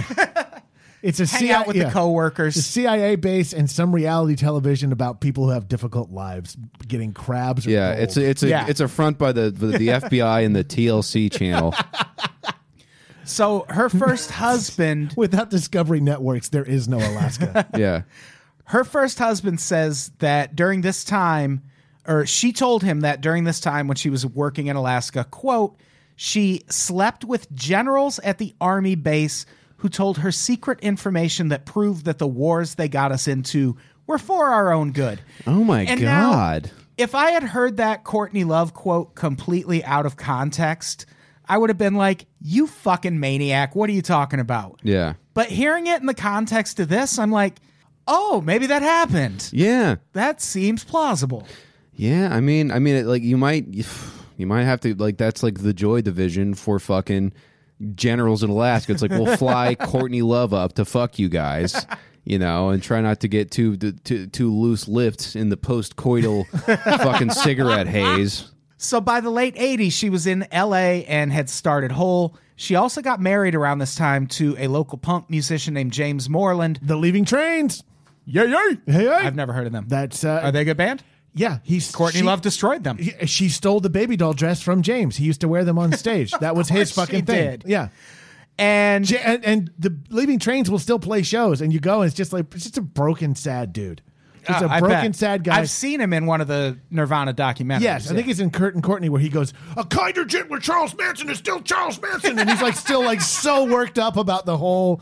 It's a hang CIA, out with yeah. the coworkers. The CIA base and some reality television about people who have difficult lives getting crabs. Or Yeah, gold. it's a, it's a Yeah. it's a front by the the, the FBI and the TLC channel. So her first husband, without Discovery Networks, there is no Alaska. Yeah, her first husband says that during this time, or she told him that during this time when she was working in Alaska, quote, she slept with generals at the army base who told her secret information that proved that the wars they got us into were for our own good. Oh my And now, God. if I had heard that Courtney Love quote completely out of context, I would have been like, "You fucking maniac! What are you talking about?" yeah, But hearing it in the context of this, I'm like, oh, maybe that happened. yeah, That seems plausible. yeah. I mean, I mean, it, like you might you might have to like that's like the joy division for fucking generals in Alaska. It's like we'll fly Courtney Love up to fuck you guys. You know, and try not to get too too, too loose lips in the post-coital fucking cigarette haze. So by the late 80s, she was in LA and had started Hole. She also got married around this time to a local punk musician named James Moreland. the Leaving Trains. Yay, yay! Hey, hey. I've never heard of them. That's uh, Are they a good band? yeah. He's Courtney she- Love destroyed them. he- She stole the baby doll dress from James. He used to wear them on stage. That was his course fucking she thing. did. Yeah. And J- and, and the leaving trains will still play shows, and you go, and it's just like it's just a broken, sad dude. It's Uh, a I broken, bet. sad guy. I've seen him in one of the Nirvana documentaries. Yes, I yeah. think it's in Kurt and Courtney where he goes, a kinder gent where Charles Manson is still Charles Manson, and he's like still like so worked up about the whole.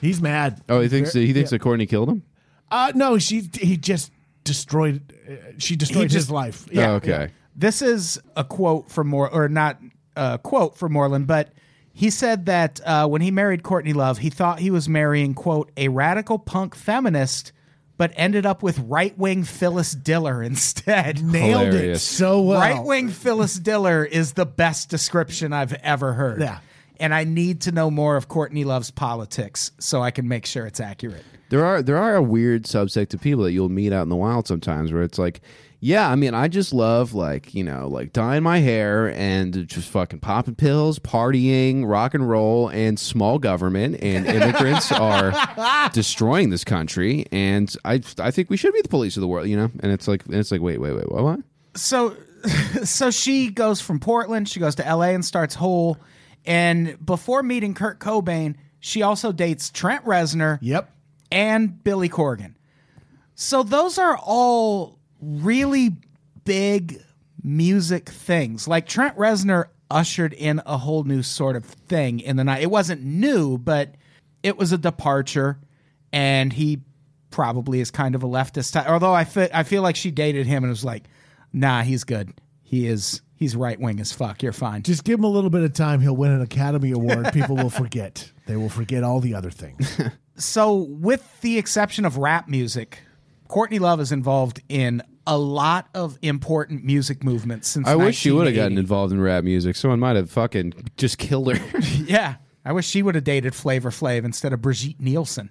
He's mad. Oh, he thinks he thinks that Courtney killed him. Uh, no, she he just destroyed. Uh, she destroyed just- his life. oh, Yeah, okay. This is a quote from More, or not a quote from Moreland, but he said that uh, when he married Courtney Love, he thought he was marrying quote a radical punk feminist, but ended up with right wing Phyllis Diller instead. nailed it Hilarious. so well. Right wing Phyllis Diller is the best description I've ever heard. Yeah. And I need to know more of Courtney Love's politics so I can make sure it's accurate. There are there are a weird subsect of people that you'll meet out in the wild sometimes where it's like, yeah, I mean, I just love like you know like dyeing my hair and just fucking popping pills, partying, rock and roll, and small government and immigrants are destroying this country, and I I think we should be the police of the world, you know. And it's like and it's like wait wait wait what what so so she goes from Portland, she goes to LA and starts Hole. And before meeting Kurt Cobain, she also dates Trent Reznor Yep. and Billy Corgan. So those are all really big music things. Like Trent Reznor ushered in a whole new sort of thing in the night. It wasn't new, but it was a departure, and he probably is kind of a leftist. Type. Although I feel I feel like she dated him and was like, "Nah, he's good. He is. He's right wing as fuck. You're fine." Just give him a little bit of time. He'll win an Academy Award. People will forget. They will forget all the other things. so with the exception of rap music, Courtney Love is involved in a lot of important music movements since. I wish she would 1980. have gotten involved in rap music. Someone might have fucking just killed her. Yeah, I wish she would have dated Flavor Flav instead of Brigitte Nielsen.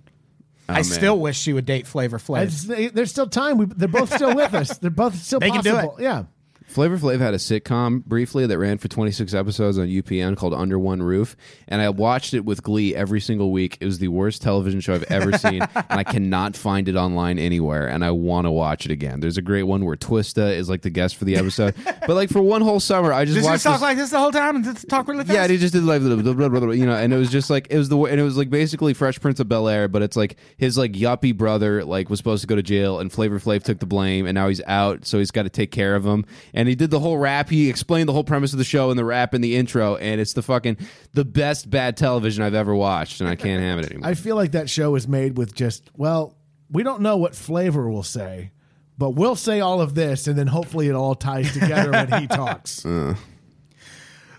I Oh, man. still wish she would date Flavor Flav. It's- they- There's still time. We, they're both still with us. They're both still They can do possible. it. Yeah. Flavor Flav had a sitcom briefly that ran for 26 episodes on UPN called Under One Roof, and I watched it with glee every single week. It was the worst television show I've ever seen, and I cannot find it online anywhere, and I want to watch it again. There's a great one where Twista is like the guest for the episode, but like for one whole summer, I just Did you just watched talk this- like this the whole time and just talk really fast? yeah, they just did like blah, blah, blah, blah, blah, you know, and it was just like it was the way- and it was like basically Fresh Prince of Bel Air, but it's like his like yuppie brother like was supposed to go to jail, and Flavor Flav took the blame, and now he's out, so he's got to take care of him. And he did the whole rap. He explained the whole premise of the show and the rap and the intro, and it's the fucking the best bad television I've ever watched, and I can't have it anymore. I feel like that show is made with just, well, we don't know what flavor we'll say, but we'll say all of this, and then hopefully it all ties together when he talks.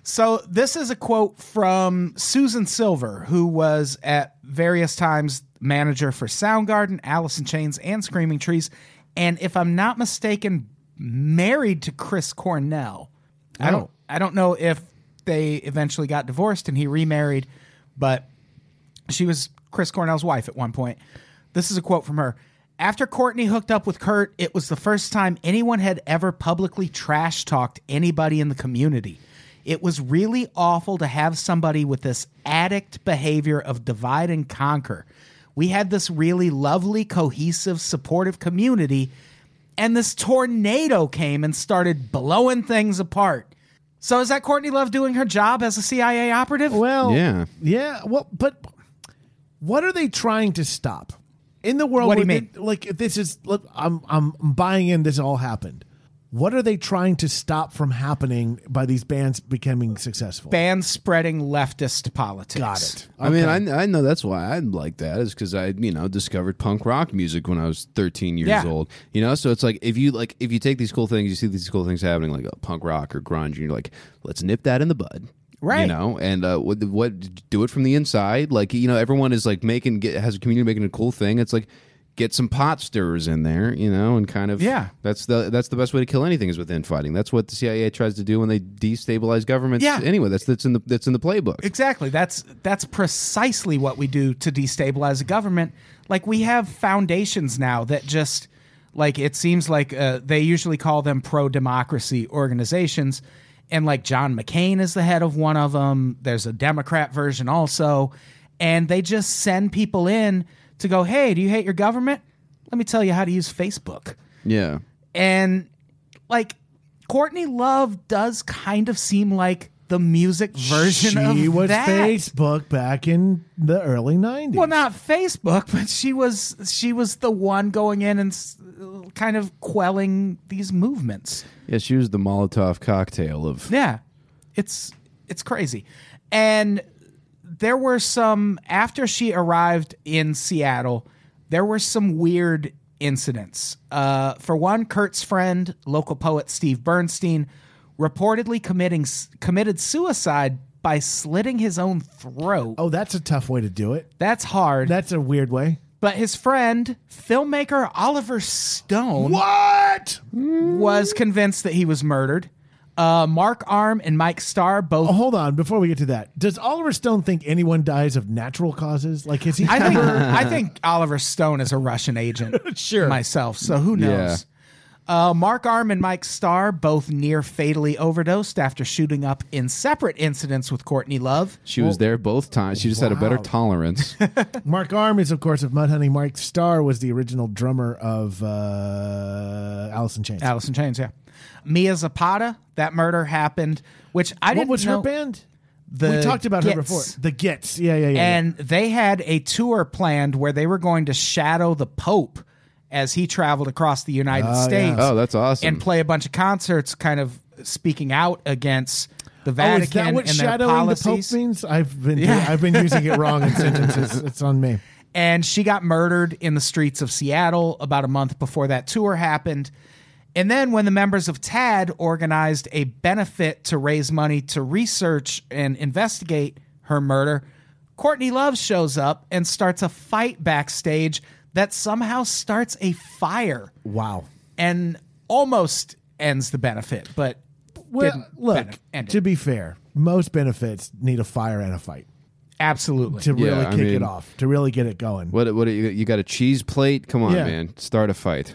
So this is a quote from Susan Silver, who was at various times manager for Soundgarden, Alice in Chains, and Screaming Trees, and if I'm not mistaken, married to Chris Cornell. I don't I don't know if they eventually got divorced and he remarried, but she was Chris Cornell's wife at one point. This is a quote from her. After Courtney hooked up with Kurt, it was the first time anyone had ever publicly trash talked anybody in the community. It was really awful to have somebody with this addict behavior of divide and conquer. We had this really lovely, cohesive, supportive community, and this tornado came and started blowing things apart. So is that Courtney Love doing her job as a CIA operative? Well, Yeah. yeah. Well, but what are they trying to stop in the world? What do you where mean? they- like if this is. Look, I'm I'm buying in. This all happened. What are they trying to stop from happening by these bands becoming successful? Ban spreading leftist politics. Got it. I mean, I, I know that's why I like that is because I you know discovered punk rock music when I was 13 years Yeah. old. You know, so it's like if you like if you take these cool things, you see these cool things happening like uh, punk rock or grunge, and you're like, let's nip that in the bud. Right. You know, and uh, what, what do it from the inside? Like you know, everyone is like making get, has a community making a cool thing. It's like get some pot stirrers in there, you know, and kind of Yeah. That's the that's the best way to kill anything is with infighting. That's what the CIA tries to do when they destabilize governments. Yeah. Anyway, that's that's in the that's in the playbook. Exactly. That's that's precisely what we do to destabilize a government. Like we have foundations now that just like it seems like uh, they usually call them pro democracy organizations, and like John McCain is the head of one of them. There's a Democrat version also, and they just send people in to go, "Hey, do you hate your government? Let me tell you how to use Facebook." yeah. and like Courtney Love does kind of seem like the music version she of was that. Facebook back in the early '90s. Well, not Facebook, but she was she was the one going in and s- kind of quelling these movements. Yeah, she was the Molotov cocktail of. Yeah, it's it's crazy, and there were some after she arrived in Seattle. There were some weird incidents. Uh, for one, Kurt's friend, local poet Steve Bernstein, reportedly committing s- committed suicide by slitting his own throat. oh, that's a tough way to do it. That's hard. That's a weird way. but his friend, filmmaker Oliver Stone, What? was convinced that he was murdered. Uh, Mark Arm and Mike Starr both Hold on, before we get to that, does Oliver Stone think anyone dies of natural causes? Like, is he? I think I think Oliver Stone is a Russian agent. sure, myself. So who knows? Uh, Mark Arm and Mike Starr both near fatally overdosed after shooting up in separate incidents with Courtney Love. She was there both times. She just had a better tolerance. Mark Arm is, of course, of Mudhoney. Mark Starr was the original drummer of uh, Alice in Oh. Chains. Alice in Chains, yeah. Mia Zapata, that murder happened, which I what didn't was know. her band? The we talked about her Gets. before. The Gets. Yeah, yeah, yeah. yeah. And they had a tour planned where they were going to shadow the Pope as he traveled across the United States oh, that's awesome. and play a bunch of concerts, kind of speaking out against the Oh, Vatican is that what and their shadowing the Pope policies. means? I've been I've been using it wrong in sentences. It's on me. and she got murdered in the streets of Seattle about a month before that tour happened. And then, when the members of TAD organized a benefit to raise money to research and investigate her murder, Courtney Love shows up and starts a fight backstage that somehow starts a fire Wow. and almost ends the benefit, but Well, didn't look. benef- end To it. be fair, most benefits need a fire and a fight absolutely to Yeah, really I kick it mean- off, to really get it going. what? What? You, you got a cheese plate? Come on, Yeah. man! Start a fight.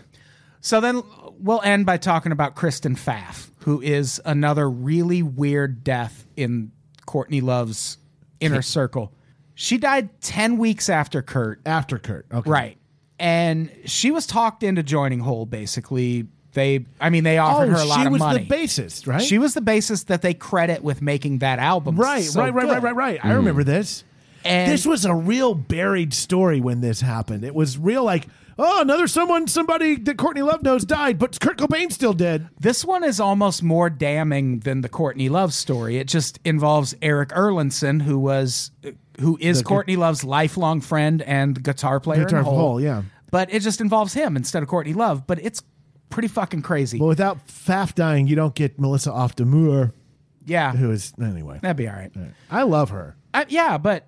So then we'll end by talking about Kristen Pfaff, who is another really weird death in Courtney Love's inner circle. She died 10 weeks after Kurt. After Kurt, okay. Right. And she was talked into joining Hole, basically. They, I mean, they Oh, offered her a lot she of was money. the bassist, right? she was the basis that they credit with making that album. right, so right, right, good. right, right, right. I remember this. And this was a real buried story when this happened. It was real, like, oh, another someone, somebody that Courtney Love knows died, but Kurt Cobain's still dead. This one is almost more damning than the Courtney Love story. It just involves Eric Erlandson, who was who is Courtney Love's lifelong friend and guitar player. Guitar in Hole. Hole, yeah. But it just involves him instead of Courtney Love. But it's pretty fucking crazy. But without Pfaff dying, you don't get Melissa off the moor, yeah, who is anyway. that'd be all right. I love her. I, yeah, but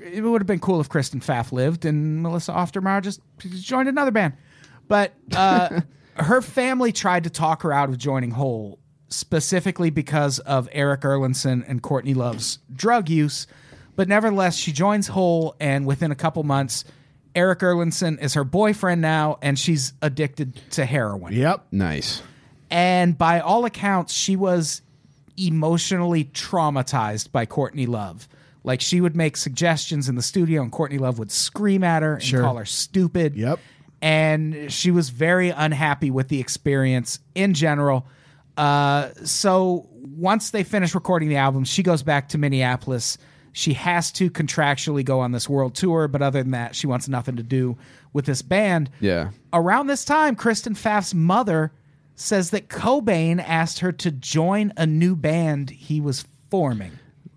it would have been cool if Kristen Pfaff lived and Melissa Oftermeyer just joined another band. But uh, her family tried to talk her out of joining Hole specifically because of Eric Erlandson and Courtney Love's drug use. But nevertheless, she joins Hole, and within a couple months, Eric Erlandson is her boyfriend now, and she's addicted to heroin. Yep. Nice. And by all accounts, she was emotionally traumatized by Courtney Love. Like she would make suggestions in the studio, and Courtney Love would scream at her and call her stupid. Yep. And she was very unhappy with the experience in general. Uh, so once they finish recording the album, she goes back to Minneapolis. She has to contractually go on this world tour, but other than that, she wants nothing to do with this band. Yeah. Around this time, Kristen Pfaff's mother says that Cobain asked her to join a new band he was forming.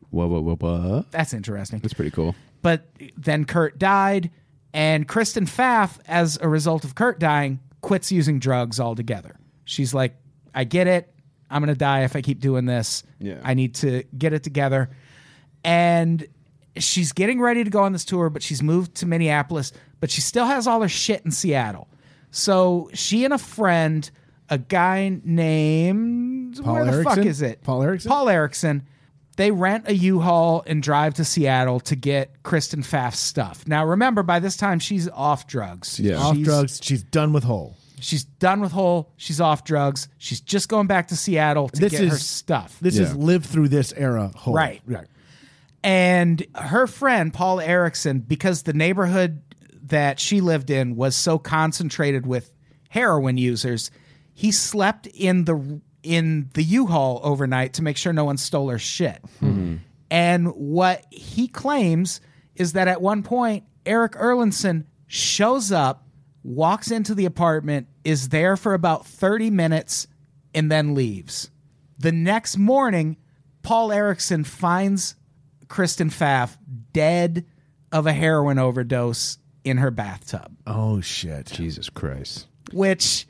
Whoa, whoa, whoa, whoa. That's interesting. That's pretty cool. But then Kurt died, and Kristen Pfaff, as a result of Kurt dying, quits using drugs altogether. She's like, I get it. I'm going to die if I keep doing this. Yeah. I need to get it together. And she's getting ready to go on this tour, but she's moved to Minneapolis, but she still has all her shit in Seattle. So she and a friend, a guy named Paul where the fuck Erickson? is it? Paul Erickson? Paul Erickson. They rent a U-Haul and drive to Seattle to get Kristen Pfaff's stuff. Now remember, by this time she's off drugs. Yeah. off She's- drugs. She's done with whole. She's done with Hole. She's off drugs. She's just going back to Seattle to This get her is- stuff. This Yeah. is live through this era whole. Right. Right. and her friend Paul Erickson, because the neighborhood that she lived in was so concentrated with heroin users, he slept in the in the U-Haul overnight to make sure no one stole her shit. And what he claims is that at one point Eric Erlinson shows up, walks into the apartment, is there for about 30 minutes and then leaves. The next morning, Paul Erickson finds Kristen Pfaff dead of a heroin overdose in her bathtub. Oh shit. Jesus Christ. Which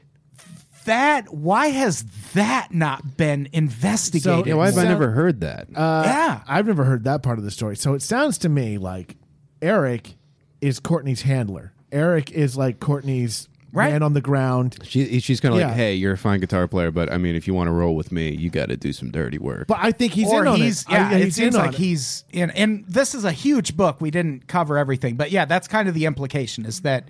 that why has that not been investigated? Yeah, why have I So- never heard that? yeah. I've never heard that part of the story. So it sounds to me like Eric is Courtney's handler. Eric is like Courtney's Right. man on the ground. she, she's kind of yeah. like, hey, you're a fine guitar player, but I mean, if you want to roll with me, you got to do some dirty work. But I think he's or in on he's it. I- yeah, it he's in seems on like it. he's in and this is a huge book. We didn't cover everything, but yeah, that's kind of the implication is that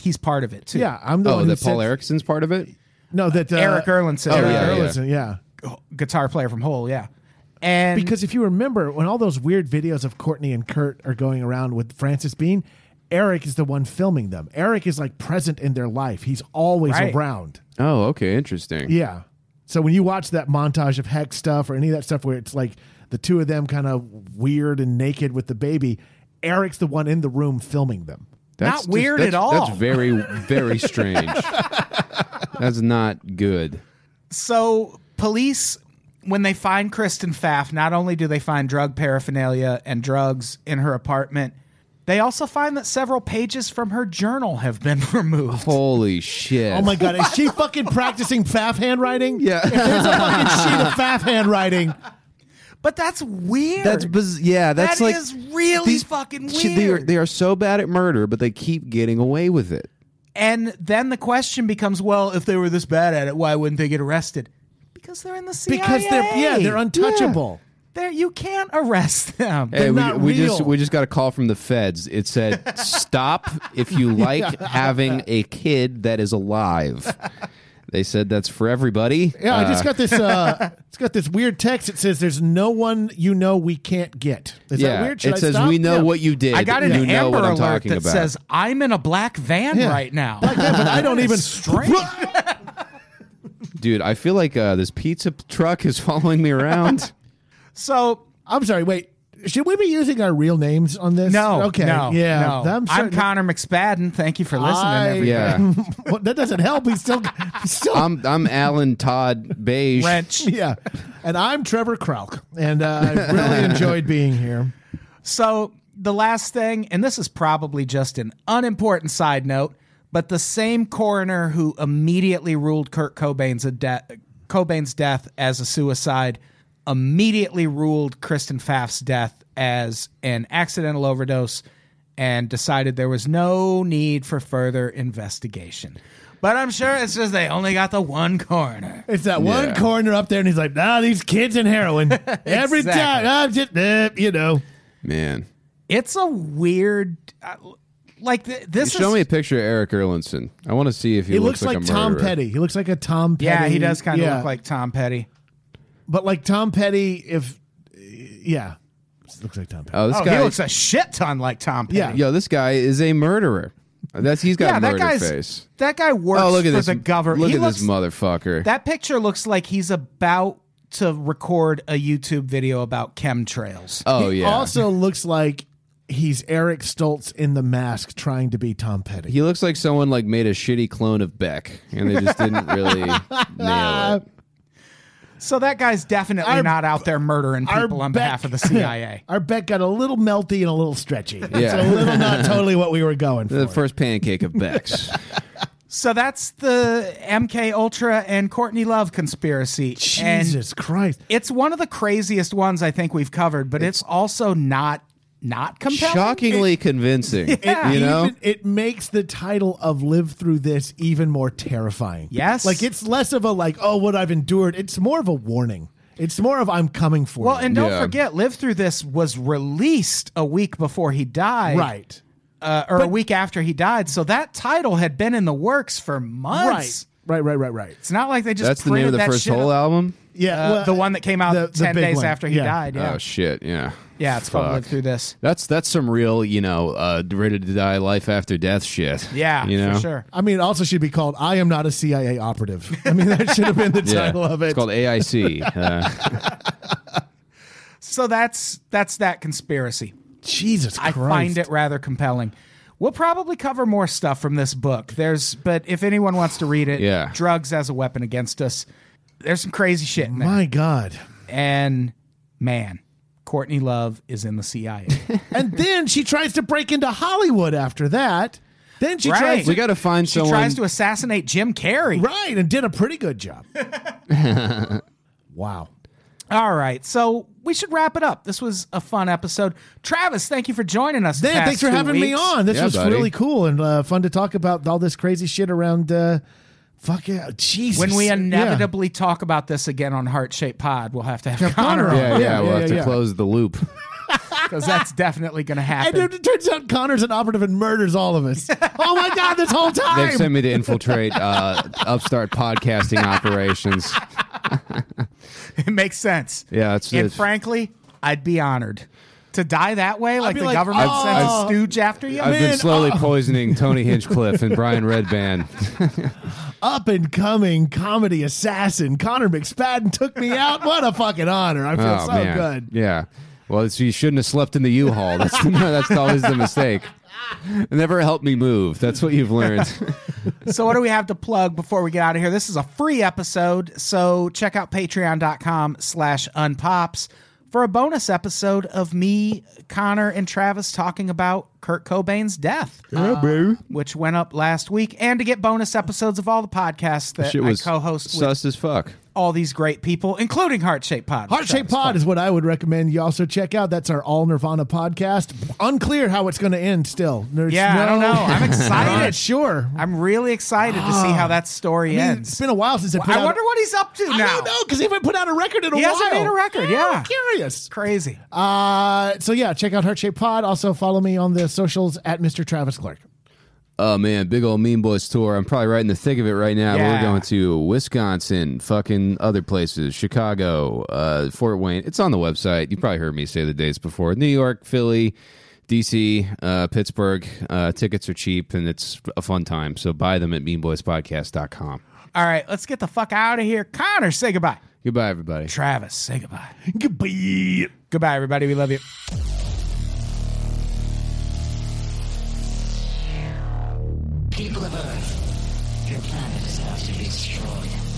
he's part of it too. Yeah, I'm the oh, one who that Paul said- Erickson's part of it? No, that uh, Eric Erlandson. Eric Oh, yeah, yeah. Erlandson, yeah. Guitar player from Hole, yeah. And Because if you remember, when all those weird videos of Courtney and Kurt are going around with Francis Bean, Eric is the one filming them. Eric is like present in their life. He's always Right. around. Oh, okay. Interesting. Yeah. So when you watch that montage of Hex stuff or any of that stuff where it's like the two of them kind of weird and naked with the baby, Eric's the one in the room filming them. That's Not just- weird that's- at all. That's very, very strange. that's not good. so police when they find Kristen Pfaff, not only do they find drug paraphernalia and drugs in her apartment, they also find that several pages from her journal have been removed. Holy shit. Oh my god, is she fucking practicing faff handwriting? Yeah. If there's a fucking sheet of faff handwriting. But that's weird. That's biz- yeah. That's That like is really fucking shit, They are, weird. they are so bad at murder, but they keep getting away with it. and then the question becomes, well, if they were this bad at it, why wouldn't they get arrested? Because they're in the CIA. Because they're yeah, they're untouchable. They're- you can't arrest them. Hey, we, not we just real. we just got a call from the feds. It said, "Stop if you like having a kid that is alive." They said that's for everybody. Yeah, I just got this. Uh, it's got this weird text. that says, "There's no one you know we can't get." Is yeah, that weird? Should it I says stop? we know Yeah. what you did. I got an you know Amber what I'm alert talking that about. says I'm in a black van Yeah. right now. Yeah, but I don't even. Strange. Dude, I feel like uh, this pizza truck is following me around. so I'm sorry. Wait, should we be using our real names on this? no, Okay. no, yeah. no. I'm, certain- Connor McSpadden. Thank you for listening. I- everybody. yeah, well, that doesn't help. He's still. He's still I'm I'm Alan Todd Beige. Wrench. yeah, and I'm Trevor Krauk, and uh, I really enjoyed being here. So the last thing, and this is probably just an unimportant side note, but the same coroner who immediately ruled Kurt Cobain's a de- Cobain's death as a suicide immediately ruled Kristen Pfaff's death as an accidental overdose and decided there was no need for further investigation. But I'm sure it's just they only got the one coroner. It's that one Yeah. corner up there, and he's like, "Ah, these kids and heroin every Exactly. time." I'm just, eh, you know. Man, It's a weird, uh, like th- this. show is, me a picture of Eric Erlandson. I want to see if he, He looks, like, a Tom murderer. Petty. He looks like a Tom Petty. Yeah, he does kind of yeah. look like Tom Petty. But like Tom Petty, if yeah, looks like Tom Petty. Oh, this Oh, guy. he looks a shit ton like Tom Petty. Yeah. yo, this guy is a murderer. That's he's got yeah, a that murder guy's face. that guy works Oh, look for at this. the government. Look he at looks, this motherfucker. That picture looks like he's about to record a YouTube video about chemtrails. oh He yeah. Also looks like he's Eric Stoltz in the mask trying to be Tom Petty. he looks like someone like made a shitty clone of Beck, and they just didn't really nail it. so that guy's definitely Our- not out there murdering our people on Beck- behalf of the CIA. Our bet got a little melty and a little stretchy. It's Yeah. a little not totally what we were going for. The first pancake of Beck's. so that's the MK Ultra and Courtney Love conspiracy. And Jesus Christ. it's one of the craziest ones I think we've covered, but it's, also not not compelling. Shockingly convincing. Yeah. You know? Even- it makes the title of "Live Through This" even more terrifying. Yes. like it's less of a like, oh, what I've endured. It's more of a warning. It's more of I'm coming for Well, you. and don't Yeah. forget, Live Through This was released a week before he died. right, Uh, or a week after he died. So that title had been in the works for months. right, right, right, right, right. It's not like they just That's the name printed of the that first shit whole up. album? Yeah, Uh, well, the one that came out the- the 10 big days one. after he Yeah. died. Yeah. Oh shit, yeah. yeah, it's called Fuck. Live Through This. That's that's some real, you know, uh ready to die life after death shit. Yeah, you know? for sure. I mean, it also should be called "I am not a CIA operative." I mean, that should have been the Yeah. title of it. It's called AIC. Uh, So that's that's that conspiracy. Jesus Christ! I find it rather compelling. We'll probably cover more stuff from this book. There's, but if anyone wants to read it, Yeah. drugs as a weapon against us. There's some crazy shit in there. My God. and man, Courtney Love is in the CIA. And then she tries to break into Hollywood after that. Then she Right. tries to, we got to find she someone. tries to assassinate Jim Carrey. right and did a pretty good job. wow. All right, so we should wrap it up. This was a fun episode. Travis, thank you for joining us. the Dan, past thanks for two having me weeks. on. This Yeah, was buddy. really cool and uh, fun to talk about all this crazy shit around. Uh, fuck yeah, Jesus. When we Yeah. inevitably talk about this again on Heart Shaped Pod, we'll have to have Connor Connor on on. yeah, yeah, Yeah, we'll yeah, have to yeah. close the loop. because that's definitely going to And happen. it turns out Connor's an operative and murders all of us. oh my god, this whole They've time. sent me to infiltrate uh, upstart podcasting operations. It makes sense. Yeah, it's- and it's- frankly, I'd be honored to die that way, like be the like, "Oh." government I've- sends I've- a stooge after you. I've Man, been oh. slowly poisoning Tony Hinchcliffe and Brian Redband. Up and coming comedy assassin Connor McSpadden took me out. What a fucking honor! I feel oh so man, good. yeah. Well, it's, you shouldn't have slept in the U-Haul. That's that's always the mistake. It never helped me move. That's what you've learned. so what do we have to plug before we get out of here this is a free episode so check out patreon.com slash unpops for a bonus episode of me connor and travis talking about kurt cobain's death uh, which went up last week and to get bonus episodes of all the podcasts that Shit was i co-host with sus as fuck. all these great people including heart shaped pod Heart Travis. Shape Pod is what I would recommend you also check out. That's our all Nirvana podcast. Unclear how it's going to end still. There's yeah i don't no- know i'm Not excited sure. i'm really excited to see how that story I mean, ends it's been a while since I put i out- wonder what he's up to I now don't know because he haven't put out a record in a He while. hasn't made a record, I'm yeah. curious. crazy Uh, so yeah, check out Heart Shape Pod. Also follow me on the socials at Mr. Travis Clark. Oh man, big old Mean Boys tour. I'm probably right in the thick of it right now. Yeah. We're going to Wisconsin, fucking other places, Chicago, uh, Fort Wayne. It's on the website. You probably heard me say the dates before. New York, Philly, DC, uh, Pittsburgh. Uh, tickets are cheap and it's a fun time. So buy them at meanboyspodcast.com. All right, let's get the fuck out of here. Connor, say goodbye. Goodbye, everybody. Travis, say goodbye. Goodbye. Goodbye, everybody. We love you. People of Earth, your planet is about to be destroyed.